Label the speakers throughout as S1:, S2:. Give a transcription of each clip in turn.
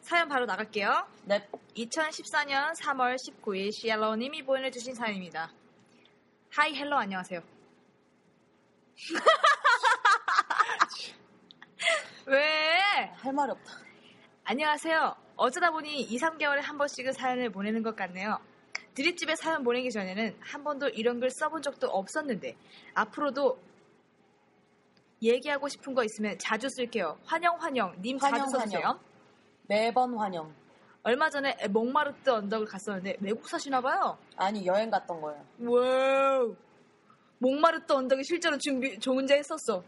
S1: 사연 바로 나갈게요.
S2: 넵.
S1: 2014년 3월 19일 시알로님이 보내주신 사연입니다. 하이 헬로 안녕하세요. 왜?
S2: 할 말이 없다.
S1: 안녕하세요. 어쩌다 보니 2, 3개월에 한 번씩은 사연을 보내는 것 같네요. 드립집에 사연 보내기 전에는 한 번도 이런 글 써본 적도 없었는데 앞으로도 얘기하고 싶은 거 있으면 자주 쓸게요. 환영 환영 님
S2: 환영,
S1: 자주 써주세요.
S2: 환영. 매번 환영.
S1: 얼마 전에 목마르트 언덕을 갔었는데 외국 사시나 봐요.
S2: 아니 여행 갔던 거예요.
S1: 와우. 목마르트 언덕이 실제로 준비 존재 했었어.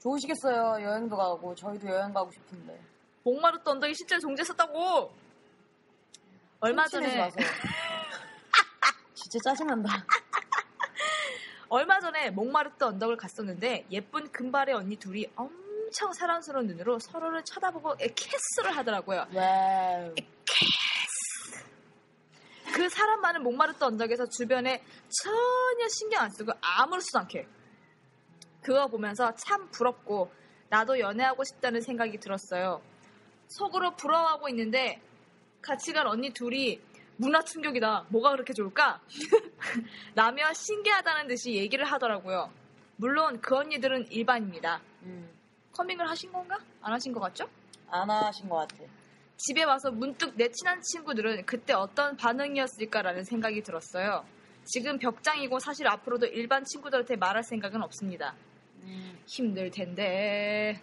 S2: 좋으시겠어요. 여행도 가고 저희도 여행 가고 싶은데.
S1: 목마르트 언덕이 실제로 존재했었다고. 얼마
S2: 훔치면서
S1: 전에
S2: 마세요. 진짜 짜증난다.
S1: 얼마 전에 목마르트 언덕을 갔었는데 예쁜 금발의 언니 둘이 엄청 사랑스러운 눈으로 서로를 쳐다보고 캐스를 하더라고요.
S2: 와.
S1: 그 사람 많은 목마르트 언덕에서 주변에 전혀 신경 안 쓰고 아무렇지도 않게 그거 보면서 참 부럽고 나도 연애하고 싶다는 생각이 들었어요. 속으로 부러워하고 있는데 같이 간 언니 둘이 문화 충격이다. 뭐가 그렇게 좋을까? 라며 신기하다는 듯이 얘기를 하더라고요. 물론 그 언니들은 일반입니다.
S2: 음.
S1: 커밍을 하신 건가? 안 하신 것 같죠?
S2: 안 하신 것 같아.
S1: 집에 와서 문득 내 친한 친구들은 그때 어떤 반응이었을까라는 생각이 들었어요. 지금 벽장이고 사실 앞으로도 일반 친구들한테 말할 생각은 없습니다.
S2: 음.
S1: 힘들 텐데.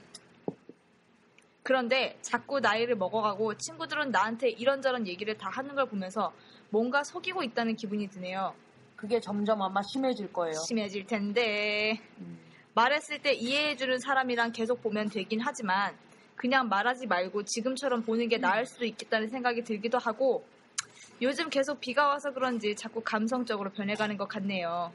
S1: 그런데 자꾸 나이를 먹어가고 친구들은 나한테 이런저런 얘기를 다 하는 걸 보면서 뭔가 속이고 있다는 기분이 드네요.
S2: 그게 점점 아마 심해질 거예요.
S1: 심해질 텐데.
S2: 음.
S1: 말했을 때 이해해주는 사람이랑 계속 보면 되긴 하지만 그냥 말하지 말고 지금처럼 보는 게 나을 수도 있겠다는 생각이 들기도 하고 요즘 계속 비가 와서 그런지 자꾸 감성적으로 변해가는 것 같네요.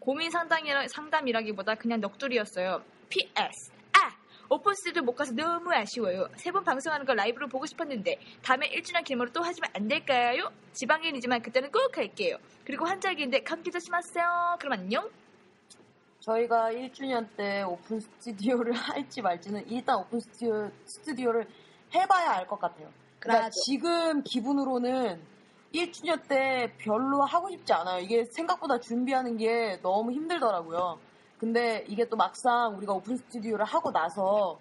S1: 고민 상담이라, 상담이라기보다 그냥 넋두리였어요. PS 아! 오픈스튜디오 못 가서 너무 아쉬워요. 세 분 방송하는 걸 라이브로 보고 싶었는데 다음에 일주년 길모로 또 하시면 안 될까요? 지방인이지만 그때는 꼭 할게요. 그리고 환절기인데 감기 조심하세요. 그럼 안녕.
S2: 저희가 1주년 때 오픈 스튜디오를 할지 말지는 일단 오픈 스튜디오, 스튜디오를 해봐야 알 것 같아요. 그러니까
S1: 그래야죠.
S2: 지금 기분으로는 1주년 때 별로 하고 싶지 않아요. 이게 생각보다 준비하는 게 너무 힘들더라고요. 근데 이게 또 막상 우리가 오픈 스튜디오를 하고 나서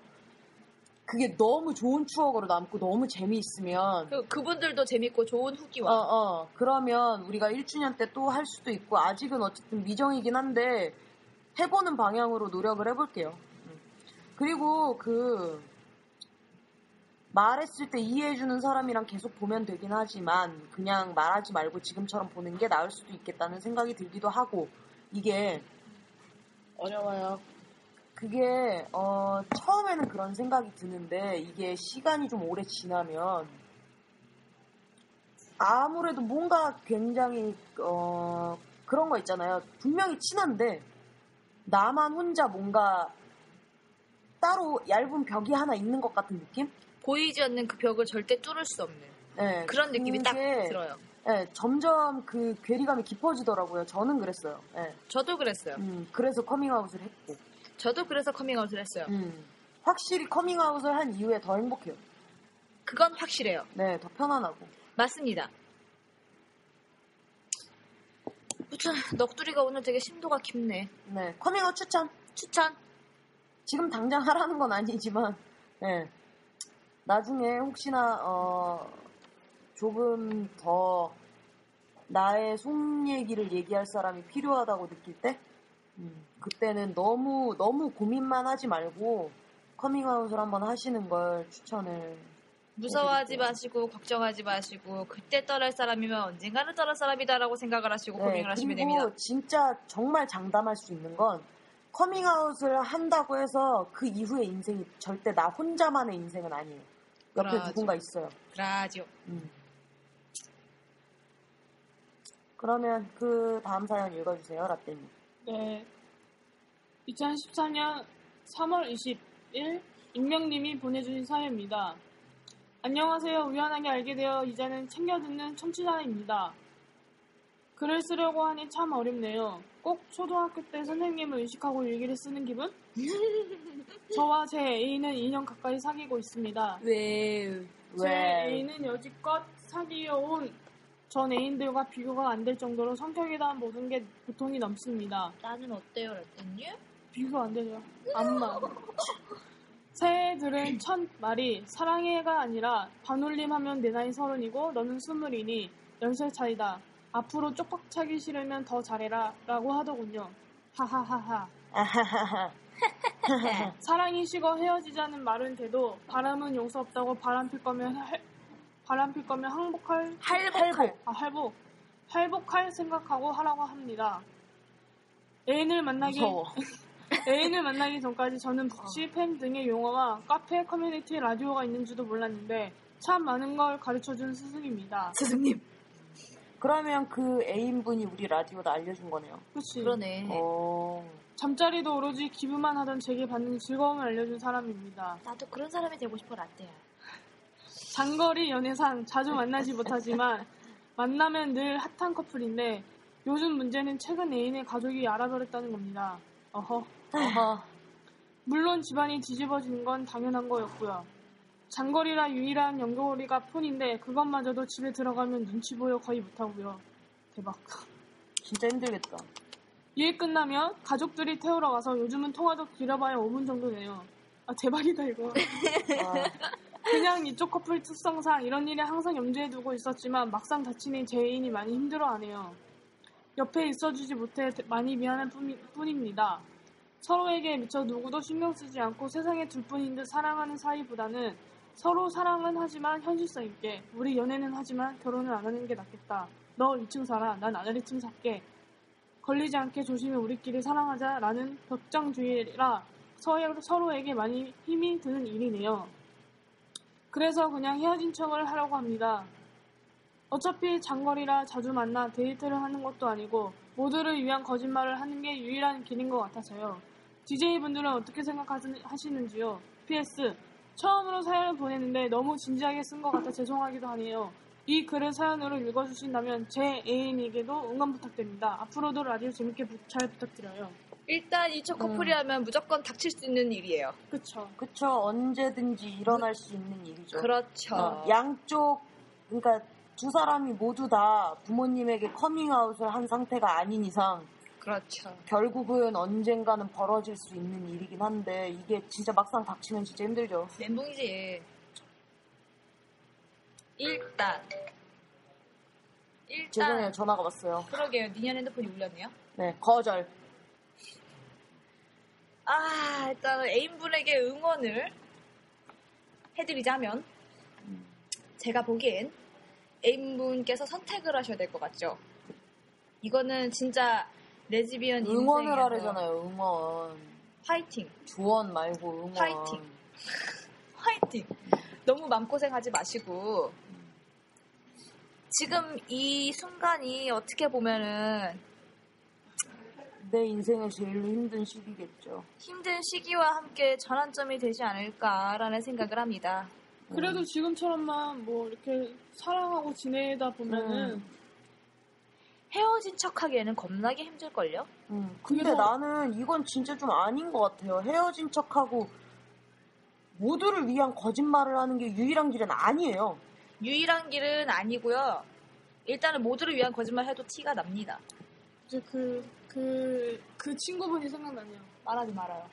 S2: 그게 너무 좋은 추억으로 남고 너무 재미있으면
S1: 그, 그분들도 재밌고 좋은
S2: 어,
S1: 후기와
S2: 어. 그러면 우리가 1주년 때 또 할 수도 있고, 아직은 어쨌든 미정이긴 한데, 해보는 방향으로 노력을 해볼게요. 음. 그리고 그, 말했을 때 이해해주는 사람이랑 계속 보면 되긴 하지만, 그냥 말하지 말고 지금처럼 보는 게 나을 수도 있겠다는 생각이 들기도 하고, 이게, 어려워요. 그게, 어, 처음에는 그런 생각이 드는데, 이게 시간이 좀 오래 지나면, 아무래도 뭔가 굉장히 어, 그런 거 있잖아요. 분명히 친한데 나만 혼자 뭔가 따로 얇은 벽이 하나 있는 것 같은 느낌?
S1: 보이지 않는 그 벽을 절대 뚫을 수 없는
S2: 네,
S1: 그런 느낌이 딱
S2: 그게,
S1: 들어요.
S2: 네, 점점 그 괴리감이 깊어지더라고요. 저는 그랬어요. 네,
S1: 저도 그랬어요.
S2: 음, 그래서 커밍아웃을 했고
S1: 저도 그래서 커밍아웃을 했어요.
S2: 음, 확실히 커밍아웃을 한 이후에 더 행복해요.
S1: 그건 확실해요.
S2: 네, 더 편안하고
S1: 맞습니다. 무튼 넋두리가 오늘 되게 심도가 깊네.
S2: 네, 커밍아웃 추천.
S1: 추천.
S2: 지금 당장 하라는 건 아니지만, 예. 나중에 혹시나, 어, 조금 더 나의 속 얘기를 얘기할 사람이 필요하다고 느낄 때, 음, 그때는 너무 너무 고민만 하지 말고 커밍아웃을 한번 하시는 걸 추천을
S1: 무서워하지 어,
S2: 해드릴게요.
S1: 마시고 걱정하지 마시고 그때 떠날 사람이면 언젠가는 떠날 사람이다라고 생각을 하시고 고민을 하시면
S2: 네, 예, 그리고
S1: 됩니다.
S2: 진짜 정말 장담할 수 있는 건 커밍아웃을 한다고 해서 그 이후의 인생이 절대 나 혼자만의 인생은 아니에요. 옆에
S1: 그러죠.
S2: 누군가 있어요.
S1: 라디오.
S2: 음. 그러면 그 다음 사연 읽어주세요, 라떼님.
S3: 네. 2014년 3월 20일 익명님이 보내주신 사연입니다. 안녕하세요. 우연하게 알게 되어 이제는 챙겨듣는 청취자입니다. 글을 쓰려고 하니 참 어렵네요. 꼭 초등학교 때 선생님을 의식하고 일기를 쓰는 기분? 저와 제 애인은 2년 가까이 사귀고 있습니다.
S1: 왜?
S3: 제 애인은 여지껏 사귀어온 전 애인들과 비교가 안 될 정도로 성격에 대한 모든 게 보통이 넘습니다.
S1: 나는 어때요, 라떼님?
S2: 음.
S3: 비교 안 되죠. 암만. 새들은 첫 말이 사랑해가 아니라 반올림하면 내 나이 서른이고 너는 스물이니 연세 차이다. 앞으로 쪽박차기 싫으면 더 잘해라 라고 하더군요. 하하하하.
S2: 아하하하.
S3: 사랑이 식어 헤어지자는 말은 돼도 바람은 용서 없다고 바람 필 거면 할- 바람 필 거면 항복할
S2: 탈복.
S3: 아, 할복. 할복할 생각하고 하라고 합니다. 애인을 만나기,
S2: 무서워.
S3: 애인을 만나기 전까지 저는 북시, 팸 등의 용어와 카페, 커뮤니티, 라디오가 있는지도 몰랐는데 참 많은 걸 가르쳐준 스승입니다.
S1: 스승님.
S2: 그러면 그 애인분이 우리 라디오도 알려준 거네요.
S3: 그치.
S1: 그러네.
S2: 어,
S3: 잠자리도 오로지 기부만 하던 제게 받는 즐거움을 알려준 사람입니다.
S1: 나도 그런 사람이 되고 싶어, 라떼야.
S3: 장거리 연애상 자주 만나지 못하지만 만나면 늘 핫한 커플인데 요즘 문제는 최근 애인의 가족이 알아버렸다는 겁니다. 어허.
S2: 어허.
S3: 물론 집안이 뒤집어진 건 당연한 거였고요. 장거리라 유일한 연결고리가 폰인데 그것마저도 집에 들어가면 눈치 보여 거의 못하고요. 대박.
S2: 진짜 힘들겠다.
S3: 일 끝나면 가족들이 태우러 가서 요즘은 통화도 길어봐야 5분 정도 돼요. 아 대박이다 이거.
S2: 아,
S3: 그냥 이쪽 커플 특성상 이런 일에 항상 염두에 두고 있었지만 막상 다치니 제인이 많이 힘들어하네요. 옆에 있어주지 못해 많이 미안할 뿐- 뿐입니다. 서로에게 미쳐 누구도 신경 쓰지 않고 세상에 둘뿐인 듯 사랑하는 사이보다는 서로 사랑은 하지만 현실성 있게 우리 연애는 하지만 결혼은 안 하는 게 낫겠다. 너 2층 살아, 난 아래층 살게. 걸리지 않게 조심히 우리끼리 사랑하자라는 벽장주의라 서- 서로에게 많이 힘이 드는 일이네요. 그래서 그냥 헤어진 척을 하려고 합니다. 어차피 장거리라 자주 만나 데이트를 하는 것도 아니고 모두를 위한 거짓말을 하는 게 유일한 길인 것 같아서요. DJ분들은 어떻게 생각하시는지요? PS 처음으로 사연을 보냈는데 너무 진지하게 쓴 것 같아 죄송하기도 하네요. 이 글을 사연으로 읽어주신다면 제 애인에게도 응원 부탁드립니다. 앞으로도 라디오 재밌게 부- 잘 부탁드려요.
S1: 일단 이쪽 커플이라면 무조건 닥칠 수 있는 일이에요.
S3: 그쵸.
S2: 그쵸. 언제든지 일어날 수 있는 일이죠.
S1: 그렇죠.
S2: 어, 양쪽, 그러니까 두 사람이 모두 다 부모님에게 커밍아웃을 한 상태가 아닌 이상
S1: 그렇죠.
S2: 결국은 언젠가는 벌어질 수 있는 일이긴 한데 이게 진짜 막상 닥치면 진짜 힘들죠.
S1: 멘붕이지. 일단. 일단.
S2: 죄송해요. 전화가 왔어요.
S1: 그러게요. 니년 핸드폰이 울렸네요.
S2: 네, 거절.
S1: 아, 일단 애인분에게 응원을 해드리자면, 제가 보기엔 애인분께서 선택을 하셔야 될 것 같죠. 이거는 진짜 레즈비언
S2: 응원을
S1: 인생에서
S2: 하래잖아요. 응원.
S1: 화이팅,
S2: 조언 말고 응원.
S1: 파이팅. 화이팅. 너무 마음고생하지 마시고 지금 이 순간이 어떻게 보면은
S2: 내 인생의 제일 힘든 시기겠죠.
S1: 힘든 시기와 함께 전환점이 되지 않을까라는 생각을 합니다.
S3: 그래도 지금처럼만 뭐 이렇게 사랑하고 지내다 보면은
S1: 헤어진 척하기에는 겁나게 힘들걸요?
S2: 음, 근데 나는 이건 진짜 좀 아닌 것 같아요. 헤어진 척하고 모두를 위한 거짓말을 하는 게 유일한 길은 아니에요.
S1: 유일한 길은 아니고요. 일단은 모두를 위한 거짓말 해도 티가 납니다.
S3: 이제 그, 그, 그 친구분이 생각나네요.
S1: 말하지 말아요.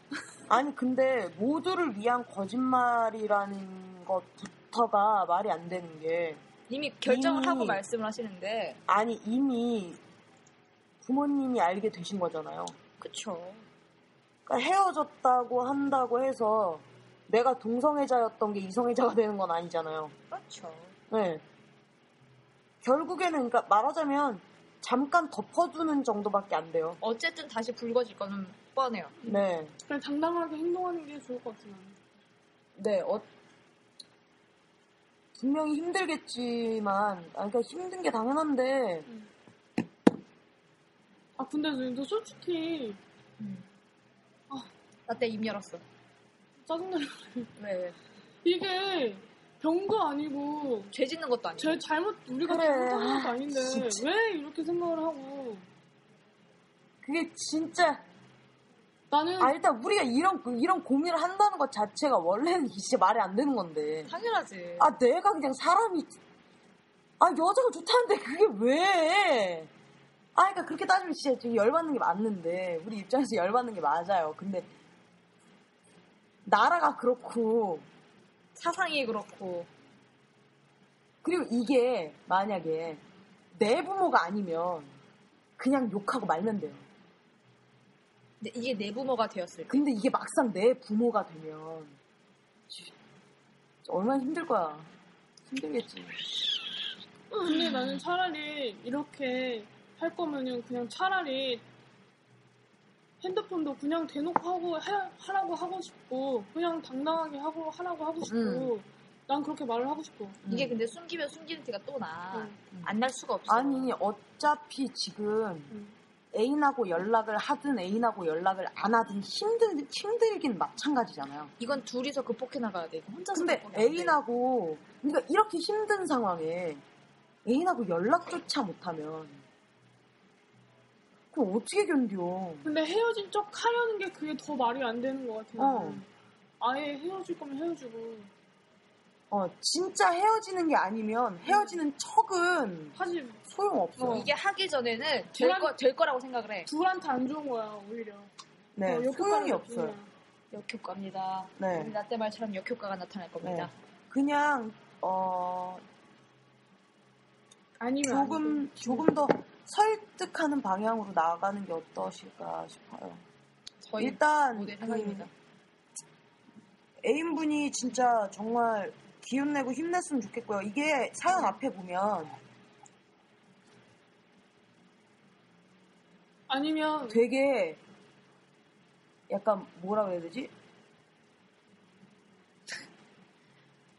S2: 아니 근데 모두를 위한 거짓말이라는 것부터가 말이 안 되는 게
S1: 이미 결정을
S2: 이미-
S1: 하고 말씀을 하시는데
S2: 아니 이미 부모님이 알게 되신 거잖아요.
S1: 그쵸.
S2: 그러니까 헤어졌다고 한다고 해서 내가 동성애자였던 게 이성애자가 되는 건 아니잖아요.
S1: 그렇죠.
S2: 네. 결국에는 그러니까 말하자면 잠깐 덮어두는 정도밖에 안 돼요.
S1: 어쨌든 다시 붉어질 거는 뻔해요.
S2: 네.
S3: 그냥 당당하게 행동하는 게 좋을 것 같아요.
S2: 네, 어- 분명히 힘들겠지만, 아, 그러니까 힘든 게 당연한데,
S3: 아 근데 너 솔직히
S1: 나 때 입 열었어.
S3: 짜증나.
S1: 왜 왜?
S3: 이게 병도 아니고
S1: 죄 짓는 것도 아니고.
S3: 제 잘못 우리가
S2: 그래.
S3: 잘못한 것도
S2: 아,
S3: 아닌데
S2: 진짜.
S3: 왜 이렇게 생각을 하고
S2: 그게 진짜,
S3: 나는
S2: 아, 일단 우리가 이런, 이런 고민을 한다는 것 자체가 원래는 진짜 말이 안 되는 건데.
S1: 당연하지.
S2: 아, 내가 그냥 사람이, 아, 여자가 좋다는데 그게 왜? 아, 그러니까 그렇게 따지면 진짜 되게 열받는 게 맞는데, 우리 입장에서 열받는 게 맞아요. 근데, 나라가 그렇고,
S1: 사상이 그렇고.
S2: 그리고 이게 만약에 내 부모가 아니면 그냥 욕하고 말면 돼요.
S1: 근데 이게 내 부모가 되었을 때.
S2: 근데 이게 막상 내 부모가 되면 씨, 얼마나 힘들 거야. 힘들겠지.
S3: 음, 근데 나는 차라리 이렇게 할 거면은 그냥 차라리 핸드폰도 그냥 대놓고 하고 해, 하라고 하고 싶고 그냥 당당하게 하고 하라고 하고 싶고 난 그렇게 말을 하고 싶어.
S1: 이게
S2: 음.
S1: 근데 숨기면 숨기는 티가 또 나.
S3: 음.
S1: 안 날 수가 없어.
S2: 아니 어차피 지금
S3: 음.
S2: 애인하고 연락을 하든 애인하고 연락을 안 하든 힘들 힘들긴 마찬가지잖아요.
S1: 이건 둘이서 극복해 나가야 돼. 이거 혼자서
S2: 근데
S1: 극복해 안 돼.
S2: 애인하고 그러니까 이렇게 힘든 상황에 애인하고 연락조차 못하면 그럼 어떻게 견뎌?
S3: 근데 헤어진 척 하려는 게 그게 더 말이 안 되는 것 같아.
S2: 어.
S3: 나는. 아예 헤어질 거면 헤어지고
S2: 어, 진짜 헤어지는 게 아니면 헤어지는 척은
S3: 사실
S2: 소용없어.
S3: 어.
S1: 이게 하기 전에는 될,
S3: 지난-
S1: 거, 될 거라고 생각을 해.
S3: 둘한테 안 좋은 거야 오히려.
S2: 네,
S3: 어, 욕할
S2: 소용이
S3: 거라도
S2: 없어요.
S3: 좋냐.
S1: 역효과입니다.
S2: 네.
S1: 우리 라떼 말처럼 역효과가 나타날 겁니다.
S2: 그냥, 어,
S3: 아니면 안
S1: 네.
S2: 조금,
S3: 돼.
S2: 조금 더 설득하는 방향으로 나아가는 게 어떠실까 싶어요.
S1: 저희
S2: 일단,
S1: 모델
S2: 그
S1: 생각입니다.
S2: 애인분이 진짜 정말 기운 내고 힘냈으면 좋겠고요. 이게 사연 앞에 보면
S3: 아니면
S2: 되게 약간 뭐라고 해야 되지?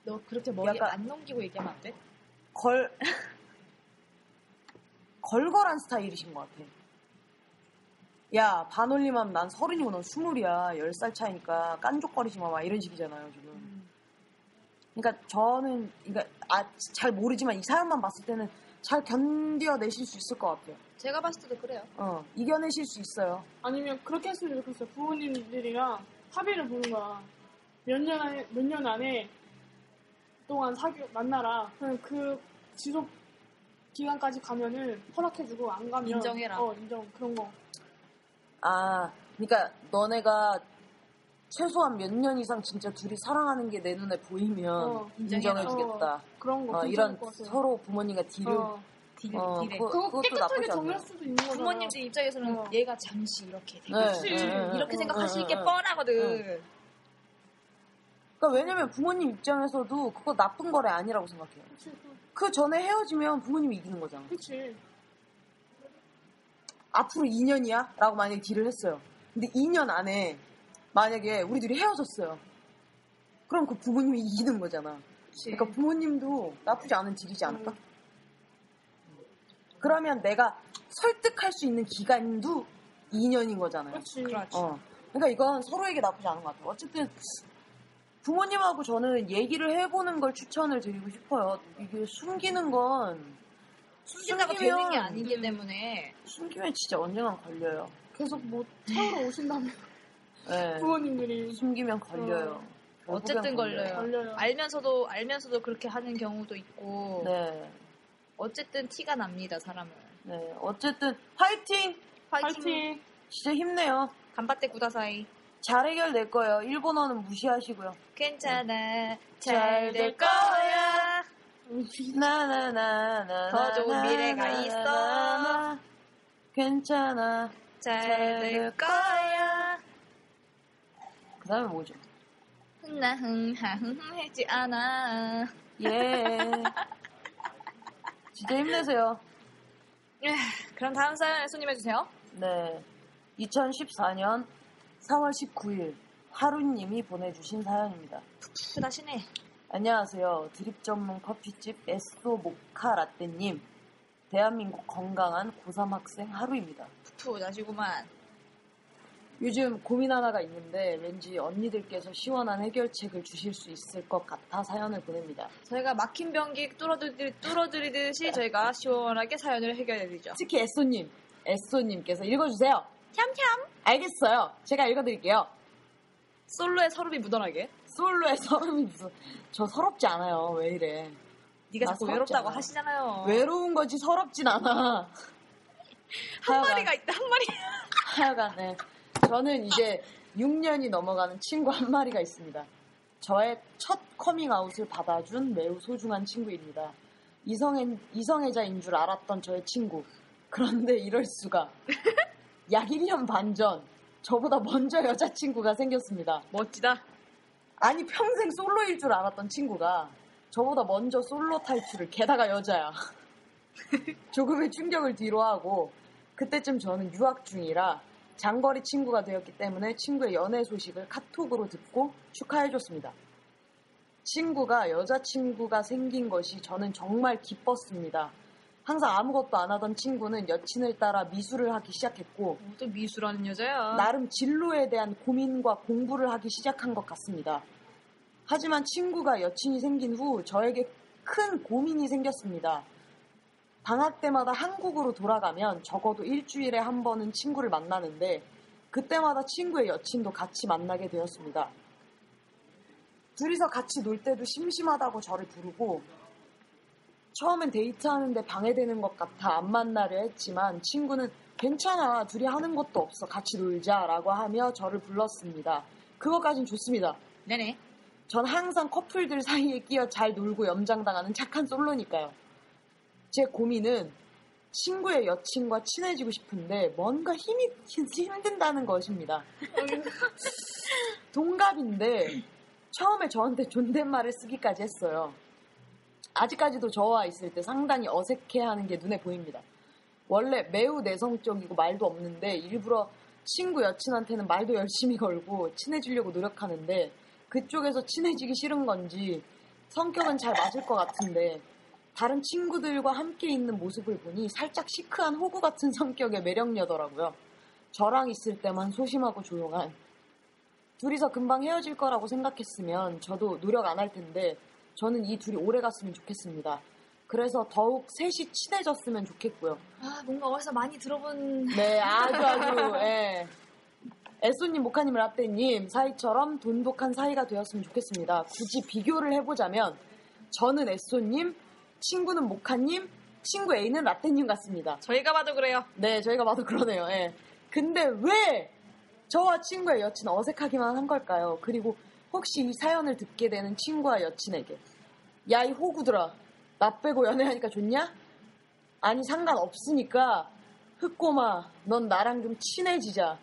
S1: 너 그렇게 머리
S2: 약간-
S1: 안 넘기고 얘기하면 안 돼?
S2: 걸, 걸걸한 스타일이신 것 같아. 야, 반올림하면 난 서른이고 넌 스물이야. 열 살 차이니까 깐족거리지 마. 막 이런 식이잖아요, 지금.
S1: 음.
S2: 그러니까 저는, 그러니까, 아, 잘 모르지만 이 사연만 봤을 때는 잘 견뎌내실 수 있을 것 같아요.
S1: 제가 봤을 때도 그래요.
S2: 어, 이겨내실 수 있어요.
S3: 아니면 그렇게 했으면 좋겠어요. 부모님들이랑 합의를 보는 거야. 몇 년 안에, 몇 년 안에 동안 사귀, 만나라. 그럼 그 지속 기간까지 가면은 허락해주고 안 가면.
S1: 인정해라.
S3: 어, 인정. 그런 거.
S2: 아, 그러니까 너네가 최소한 몇 년 이상 진짜 둘이 사랑하는 게 내 눈에 보이면
S3: 어,
S1: 인정해라.
S2: 인정해주겠다.
S3: 그런 거.
S2: 어,
S3: 괜찮을
S2: 이런
S3: 것 같아요.
S2: 서로 부모님과 딜을
S3: 어,
S1: 딜,
S2: 어,
S1: 딜에.
S2: 그거-
S3: 그거
S2: 그것도
S3: 깨끗하게
S2: 나쁘지 않네요.
S3: 정리할 수도 있는 거잖아.
S1: 부모님들 입장에서는
S3: 어.
S1: 얘가 잠시 이렇게 되고
S2: 네,
S1: 있지.
S3: 네, 네,
S1: 이렇게
S2: 네.
S1: 생각하실
S2: 응,
S1: 게
S2: 응, 응.
S1: 뻔하거든.
S2: 그러니까 왜냐면 부모님 입장에서도 그거 나쁜 거래 아니라고 생각해요.
S3: 그치, 그-
S2: 그 전에 헤어지면 부모님이 이기는 거잖아.
S3: 그치.
S2: 앞으로 2년이야? 라고 만약에 딜을 했어요. 근데 2년 안에 만약에 우리 둘이 헤어졌어요. 그럼 그 부모님이 이기는 거잖아.
S1: 그치.
S3: 네.
S2: 그러니까 부모님도 나쁘지 않은 딜이지 않을까?
S3: 음.
S2: 그러면 내가 설득할 수 있는 기간도 2년인 거잖아요.
S3: 그치.
S1: 그렇지.
S2: 어. 그러니까 이건 서로에게 나쁘지 않은 것 같아요. 어쨌든 부모님하고 저는 얘기를 해보는 걸 추천을 드리고 싶어요. 이게 숨기는 건
S1: 숨기다가
S2: 숨기면- 음.
S1: 되는 게 아니기 때문에
S2: 숨기면 진짜 언젠간 걸려요.
S3: 계속 뭐 태우러 오신다면
S1: 네.
S2: 예.
S3: 부모님들이
S2: 숨기면 걸려요. 결국엔
S1: 음. 어쨌든 걸려요.
S3: 걸려요.
S1: 알면서도 알면서도 그렇게 하는 경우도 있고
S2: 네,
S1: 어쨌든 티가 납니다 사람은.
S2: 네. 어쨌든 화이팅!
S1: 화이팅.
S3: 파이팅.
S2: 진짜 힘내요.
S1: 간바떼 구다사이.
S2: 잘 해결될 거예요. 일본어는 무시하시고요.
S1: 괜찮아. 네. 잘
S2: 잘
S1: 될
S2: 될
S1: 거야.
S2: 나나나나
S1: 더 좋은 미래가 있어.
S2: 괜찮아.
S1: 잘 될 거야.
S2: 그 다음에 뭐죠?
S1: 흥나흥하흥하지 않아.
S2: 예. 진짜 힘내세요.
S1: 예, 그럼 다음 사연에 손님해주세요.
S2: 네. 2014년 4월 19일 하루님이 보내주신 사연입니다.
S1: 후다시네.
S2: 안녕하세요. 드립 전문 커피집 에스소 모카 라떼님. 대한민국 건강한 고3 학생 하루입니다.
S1: 푸푸 다시구만.
S2: 요즘 고민 하나가 있는데 왠지 언니들께서 시원한 해결책을 주실 수 있을 것 같아 사연을 보냅니다.
S1: 저희가 막힌 변기 뚫어드리, 뚫어드리듯이 저희가 시원하게 사연을 해결해드리죠.
S2: 특히 에소님, 에소님께서 읽어주세요. 참 알겠어요. 제가 읽어드릴게요.
S1: 솔로의 서름이 묻어나게.
S2: 솔로의 서름이 무슨 저 서럽지 않아요. 왜 이래?
S1: 네가
S2: 나
S1: 자꾸
S2: 서럽지
S1: 외롭다고
S2: 않아. 어.
S1: 하시잖아요.
S2: 외로운 거지 서럽진 않아.
S1: 한
S2: 하여간-
S1: 마리가 있다, 한 마리.
S2: 하여간에 네. 저는 이제 6년이 넘어가는 친구 한 마리가 있습니다. 저의 첫 커밍아웃을 받아준 매우 소중한 친구입니다. 이성애, 이성애자인 줄 알았던 저의 친구. 그런데 이럴 수가. 약 1년 반 전, 저보다 먼저 여자친구가 생겼습니다.
S1: 멋지다.
S2: 아니, 평생 솔로일 줄 알았던 친구가 저보다 먼저 솔로 탈출을, 게다가 여자야. 조금의 충격을 뒤로하고, 그때쯤 저는 유학 중이라 장거리 친구가 되었기 때문에 친구의 연애 소식을 카톡으로 듣고 축하해줬습니다. 친구가 여자친구가 생긴 것이 저는 정말 기뻤습니다. 항상 아무것도 안 하던 친구는 여친을 따라 미술을 하기 시작했고,
S1: 어, 또 미술하는 여자야.
S2: 나름 진로에 대한 고민과 공부를 하기 시작한 것 같습니다. 하지만 친구가 여친이 생긴 후 저에게 큰 고민이 생겼습니다. 방학 때마다 한국으로 돌아가면 적어도 일주일에 한 번은 친구를 만나는데 그때마다 친구의 여친도 같이 만나게 되었습니다. 둘이서 같이 놀 때도 심심하다고 저를 부르고 처음엔 데이트하는데 방해되는 것 같아 안 만나려 했지만 친구는 괜찮아 둘이 하는 것도 없어 같이 놀자라고 하며 저를 불렀습니다. 그것까진 좋습니다.
S1: 네네.
S2: 전 항상 커플들 사이에 끼어 잘 놀고 염장당하는 착한 솔로니까요. 제 고민은 친구의 여친과 친해지고 싶은데 뭔가 힘이 힘든다는 것입니다. 동갑인데 처음에 저한테 존댓말을 쓰기까지 했어요. 아직까지도 저와 있을 때 상당히 어색해하는 게 눈에 보입니다. 원래 매우 내성적이고 말도 없는데 일부러 친구 여친한테는 말도 열심히 걸고 친해지려고 노력하는데 그쪽에서 친해지기 싫은 건지 성격은 잘 맞을 것 같은데 다른 친구들과 함께 있는 모습을 보니 살짝 시크한 호구 같은 성격의 매력녀더라고요. 저랑 있을 때만 소심하고 조용한. 둘이서 금방 헤어질 거라고 생각했으면 저도 노력 안 할 텐데 저는 이 둘이 오래 갔으면 좋겠습니다. 그래서 더욱 셋이 친해졌으면 좋겠고요.
S1: 아, 뭔가 어디서 많이 들어본.
S2: 네, 아주 아주, 예. 애쏘님, 모카님, 라떼님 사이처럼 돈독한 사이가 되었으면 좋겠습니다. 굳이 비교를 해보자면 저는 애쏘님, 친구는 모카님, 친구 A는 라떼님 같습니다.
S1: 저희가 봐도 그래요.
S2: 네, 저희가 봐도 그러네요. 예. 근데 왜 저와 친구의 여친 어색하기만 한 걸까요? 그리고 혹시 이 사연을 듣게 되는 친구와 여친에게 야, 이 호구들아. 나 빼고 연애하니까 좋냐? 아니, 상관없으니까 흑꼬마, 넌 나랑 좀 친해지자.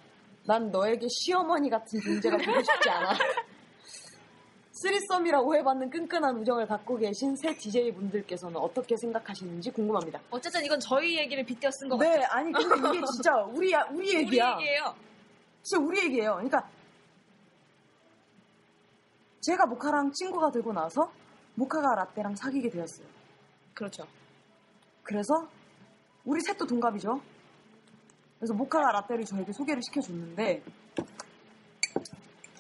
S2: 난 너에게 시어머니 같은 존재가 되고 싶지 않아. 쓰리썸이라 오해받는 끈끈한 우정을 갖고 계신 새 DJ분들께서는 어떻게 생각하시는지 궁금합니다.
S1: 어쨌든 이건 저희 얘기를 빗대어 쓴 것 같아요.
S2: 네, 아니 근데 이게 진짜 우리 우리 얘기야.
S1: 우리 얘기예요.
S2: 진짜 우리 얘기예요. 그러니까 제가 모카랑 친구가 되고 나서 모카가 라떼랑 사귀게 되었어요.
S1: 그렇죠.
S2: 그래서 우리 셋도 동갑이죠. 그래서 모카가 라떼를 저에게 소개를 시켜줬는데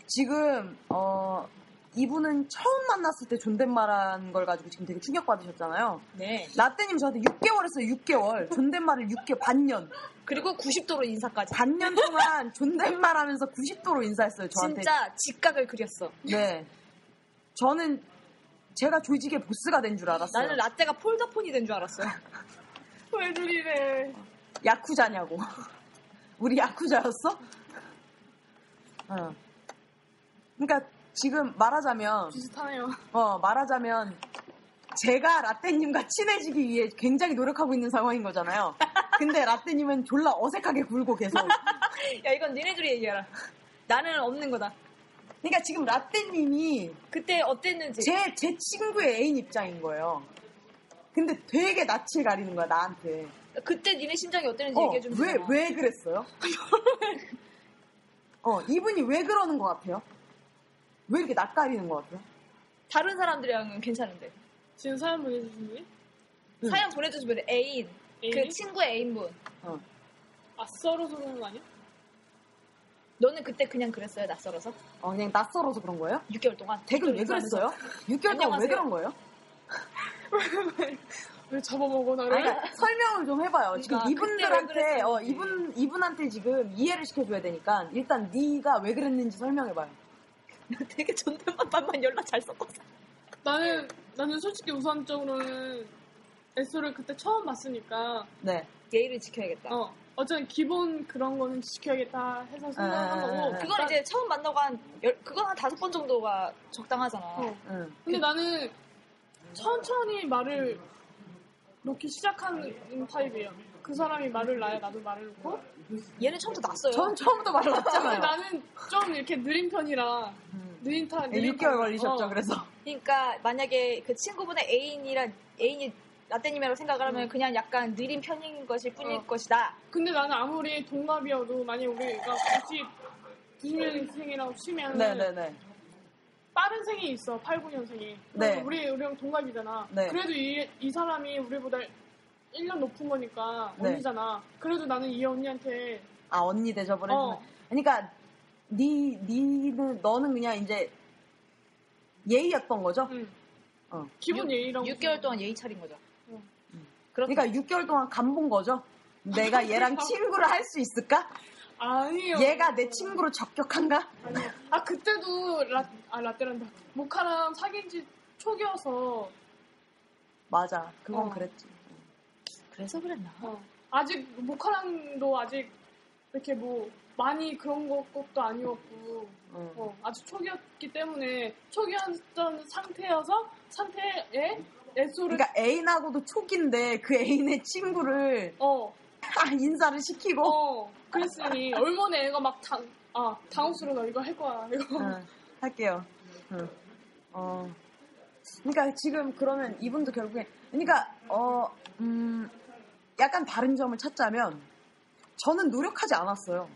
S2: 지금 어, 이분은 처음 만났을 때 존댓말한 걸 가지고 지금 되게 충격받으셨잖아요.
S1: 네.
S2: 라떼님 저한테 6개월 했어요. 6개월 존댓말을 6개 반년.
S1: 그리고 90도로 인사까지.
S2: 반년 동안 존댓말 하면서 90도로 인사했어요, 저한테.
S1: 진짜 직각을 그렸어.
S2: 네. 저는 제가 조직의 보스가 된 줄 알았어요.
S1: 나는 라떼가 폴더폰이 된 줄 알았어요. 왜 둘이래?
S2: 야쿠자냐고. 우리 야쿠자였어? 어. 그러니까 지금 말하자면,
S3: 비슷하네요.
S2: 어, 말하자면, 제가 라떼님과 친해지기 위해 굉장히 노력하고 있는 상황인 거잖아요. 근데 라떼님은 졸라 어색하게 굴고 계속.
S1: 야 이건 니네들이 얘기해라. 나는 없는 거다.
S2: 그러니까 지금 라떼님이
S1: 그때 어땠는지.
S2: 제, 제 친구의 애인 입장인 거예요. 근데 되게 낯을 가리는 거야, 나한테.
S1: 그때 니네 심정이 어땠는지
S2: 어,
S1: 얘기해 주면
S2: 왜,
S1: 되잖아.
S2: 왜 그랬어요? 어, 이분이 왜 그러는 것 같아요? 왜 이렇게 낯가리는 것 같아요?
S1: 다른 사람들이랑은 괜찮은데.
S3: 지금 사연 보내주신 분이?
S2: 응.
S1: 사연 보내주시면 애인, 그
S3: 애인이?
S1: 친구의 애인분.
S3: 아, 썰어 서그는거 아니야?
S1: 너는 그때 그냥 그랬어요 낯설어서
S2: 어, 그냥 낯설어서 그런 거예요?
S1: 6개월 동안.
S2: 댁은 왜 그랬어요? 6개월 동안 왜
S1: 안녕하세요.
S2: 그런 거예요?
S3: 왜 잡아먹어, 나를?
S2: 아니, 그러니까 설명을 좀 해봐요.
S1: 그러니까
S2: 지금
S1: 그때 왜
S2: 이분들한테, 어,
S1: 그랬었는지.
S2: 이분, 이분한테 지금 이해를 시켜줘야 되니까, 일단 네가 왜 그랬는지 설명해봐요.
S1: 되게 존댓말 반만 연락 잘 섞었어.
S3: 나는, 나는 솔직히 우선적으로는 에소를 그때 처음 봤으니까,
S2: 네.
S1: 예의를 지켜야겠다.
S3: 어, 어쨌든 기본 그런 거는 지켜야겠다 해서 생각한
S2: 아,
S3: 거고.
S2: 아, 아.
S1: 그건
S3: 나-
S1: 이제 처음 만나고 한 열, 그건 한 다섯 번 정도가 적당하잖아.
S3: 어.
S2: 응.
S3: 근데 나는 천천히 말을 놓기 시작하는 타입이에요. 그 사람이 말을 놔야 나도 말을 놓고.
S1: 얘는 처음부터 났어요.
S2: 전 처음부터 말을
S1: 네, 어.
S3: 근데
S2: 했잖아요.
S3: 나는 좀 이렇게 느린 편이라 느린 타 느린
S2: 6개월
S3: 타-
S2: 네, 걸리셨죠,
S3: 어.
S2: 그래서.
S1: 그러니까 만약에 그 친구분의 애인이란 애인이 라떼님이라고 생각을 하면 그냥 약간 느린 편인 것일 뿐일
S3: 음. 어.
S1: 것이다.
S3: 근데 나는 아무리 동갑이어도 만약 우리가 90 90년생이라고 치면
S2: 네네네.
S3: 빠른 생이 있어 8, 9년생이.
S2: 네.
S3: 우리 우리랑 동갑이잖아.
S2: 네.
S3: 그래도 이, 이 사람이 우리보다 1년 높은 거니까
S2: 네.
S3: 언니잖아. 그래도 나는 이 언니한테
S2: 아, 언니 대접을 해주는.
S3: 어.
S2: 그러니까, 니, 니는, 너는 그냥 이제, 예의였던 거죠?
S3: 응.
S2: 어.
S3: 기본 예의라고.
S1: 6개월 동안 예의 차린 거죠.
S3: 응. 그렇죠.
S1: 그렇다.
S2: 그러니까 6개월 동안 간본 거죠? 내가 얘랑 친구를 할 수 있을까?
S3: 아니요.
S2: 얘가 내 친구로 적격한가?
S3: 아니요. 아 그때도 라, 아 라떼란다. 모카랑 사귄 지 초기여서
S2: 맞아. 그건
S3: 어.
S2: 그랬지.
S1: 그래서 그랬나?
S3: 어. 아직 모카랑도 아직 이렇게 뭐 많이 그런 것- 것도 아니었고
S2: 응.
S3: 어, 아주 초기였기 때문에 초기였던 상태여서 상태에 애소를
S2: 그러니까 애인하고도 초기인데 그 애인의 친구를
S3: 어,
S2: 딱 인사를 시키고
S3: 어, 그랬으니 얼마나 애가 막 당, 아, 당혹스러워 나 이거 할 거야 이거
S2: 응, 어, 할게요. 응. 어. 그러니까 지금 그러면 이분도 결국에 그러니까 어, 음, 약간 다른 점을 찾자면 저는 노력하지 않았어요.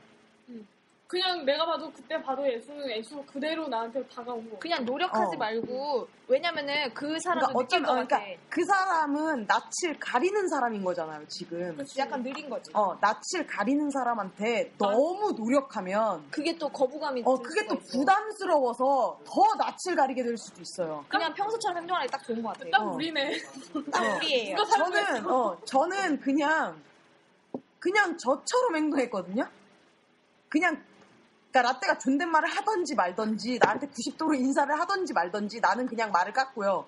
S3: 그냥 내가 봐도 그때 봐도 애수는 애수 그대로 나한테 다가온 거
S1: 그냥 노력하지
S2: 어.
S1: 말고 왜냐면은 그 사람도 느낄
S2: 그러니까 어쩌면
S1: 것
S2: 어,
S1: 같아.
S2: 그러니까 그 사람은 낯을 가리는 사람인 거잖아요, 지금.
S3: 그치.
S1: 약간 느린 거지.
S2: 어, 낯을 가리는 사람한테
S1: 아.
S2: 너무 노력하면
S1: 그게 또 거부감이
S2: 어,
S1: 들
S2: 그게
S1: 수가
S2: 또
S1: 있어.
S2: 부담스러워서 더 낯을 가리게 될 수도 있어요.
S1: 그냥 평소처럼 행동하는 게 딱 좋은 것 같아.
S3: 딱
S2: 어.
S3: 우리네
S1: 딱 우리예요.
S2: 저는 어 저는 그냥 그냥 저처럼 행동했거든요. 그냥 그러니까 라떼가 존댓말을 하던지 말던지 나한테 90도로 인사를 하던지 말던지 나는 그냥 말을 깠고요.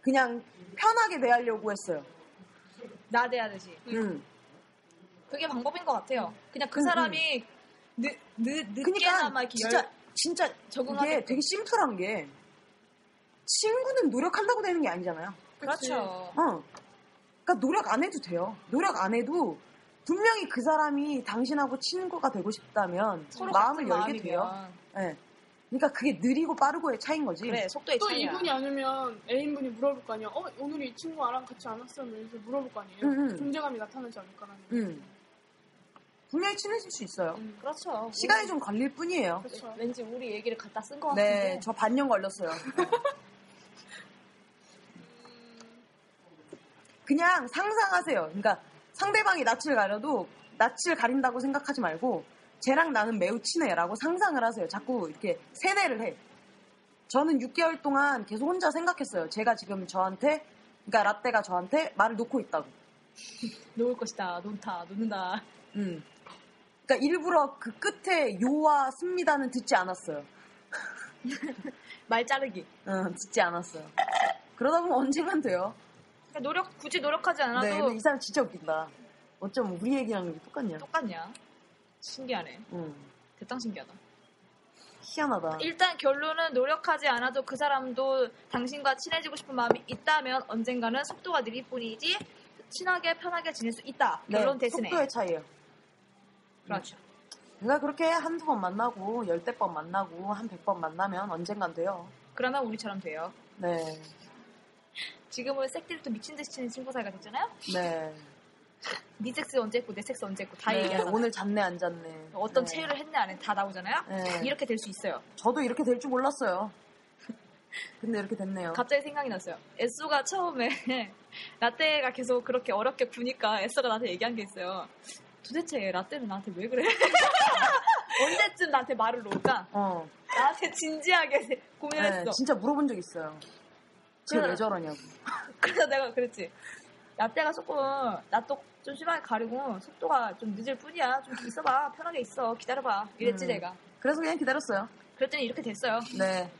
S2: 그냥 편하게 대하려고 했어요.
S1: 나대하듯이.
S2: 음.
S1: 그게 방법인 것 같아요. 그냥 그
S2: 응,
S1: 사람이 늦, 늦, 늦게나마
S2: 그러니까
S1: 이렇게
S2: 진짜
S1: 열,
S2: 진짜 이게
S1: 적응하게.
S2: 되게 심플한 게 친구는 노력한다고 되는 게 아니잖아요.
S1: 그렇죠.
S2: 어. 그러니까 노력 안 해도 돼요. 노력 안 해도 분명히 그 사람이 당신하고 친구가 되고 싶다면
S1: 서로
S2: 마음을
S1: 같은
S2: 열게
S1: 마음이면.
S2: 돼요. 예. 그러니까 그게 느리고 빠르고의 차이인 거지.
S1: 그래, 속도의
S3: 또
S1: 차이야.
S3: 이분이 아니면 애인분이 물어볼 거 아니야. 어, 오늘 이 친구 나랑 같이 안 왔어? 이러면서 물어볼 거 아니에요.
S2: 응, 응.
S3: 존재감이 나타나지 않을까라는.
S2: 음. 분명히 친해질 수 있어요.
S1: 그렇죠.
S2: 시간이 좀 걸릴 뿐이에요.
S3: 그렇죠.
S1: 왠지 우리 얘기를 갖다 쓴 것 같은데. 음.
S2: 네, 저 반년 걸렸어요. 그냥 상상하세요. 그러니까 상대방이 낯을 가려도 낯을 가린다고 생각하지 말고 쟤랑 나는 매우 친해라고 상상을 하세요. 자꾸 이렇게 세뇌를 해. 저는 6개월 동안 계속 혼자 생각했어요. 제가 지금 저한테 그러니까 라떼가 저한테 말을 놓고 있다고.
S1: 놓을 것이다. 논다. 놓는다.
S2: 음. 그러니까 일부러 그 끝에 요와 씁니다는 듣지 않았어요.
S1: 말 자르기.
S2: 응, 듣지 않았어요. 그러다 보면 언젠간 돼요.
S1: 그러니까 노력, 굳이 노력하지 않아도
S2: 네, 근데 이 사람 진짜 웃긴다. 어쩜 우리 얘기랑 이렇게 똑같냐?
S1: 똑같냐. 신기하네.
S2: 응.
S1: 대단 신기하다.
S2: 희한하다.
S1: 일단 결론은 노력하지 않아도 그 사람도 당신과 친해지고 싶은 마음이 있다면 언젠가는 속도가 느릴 뿐이지 친하게 편하게 지낼 수 있다. 결론 대신에.
S2: 네, 속도의 차이예요.
S1: 그렇죠.
S2: 그러니까 그렇게 한두 번 만나고 열댓 번 만나고 한 백 번 만나면 언젠간 돼요.
S1: 그러면 우리처럼 돼요.
S2: 네.
S1: 지금은 색들이 또 미친 듯이 치는 친구 사이가 됐잖아요.
S2: 네.
S1: 네 섹스 언제 했고 내 섹스 언제 했고 다
S2: 네,
S1: 얘기하잖아요.
S2: 오늘 잤네 안 잤네.
S1: 어떤
S2: 네.
S1: 체류를 했냐 안 했냐 다 나오잖아요.
S2: 네.
S1: 이렇게 될 수 있어요.
S2: 저도 이렇게 될 줄 몰랐어요. 근데 이렇게 됐네요.
S1: 갑자기 생각이 났어요. 에쏘가 처음에 라떼가 계속 그렇게 어렵게 구니까 에쏘가 나한테 얘기한 게 있어요. 도대체 라떼는 나한테 왜 그래? 언제쯤 나한테 말을 놓을까?
S2: 어.
S1: 나한테 진지하게
S2: 네,
S1: 고민했어.
S2: 진짜 물어본 적 있어요.
S1: 네.
S2: 쟤왜 저러냐고.
S1: 그래서 내가 그랬지. 라떼가 조금 나도 좀 심하게 가리고 속도가 좀 늦을 뿐이야. 좀 있어봐. 편하게 있어. 기다려봐. 이랬지
S2: 음.
S1: 내가.
S2: 그래서 그냥 기다렸어요.
S1: 그랬더니 이렇게 됐어요.
S2: 네.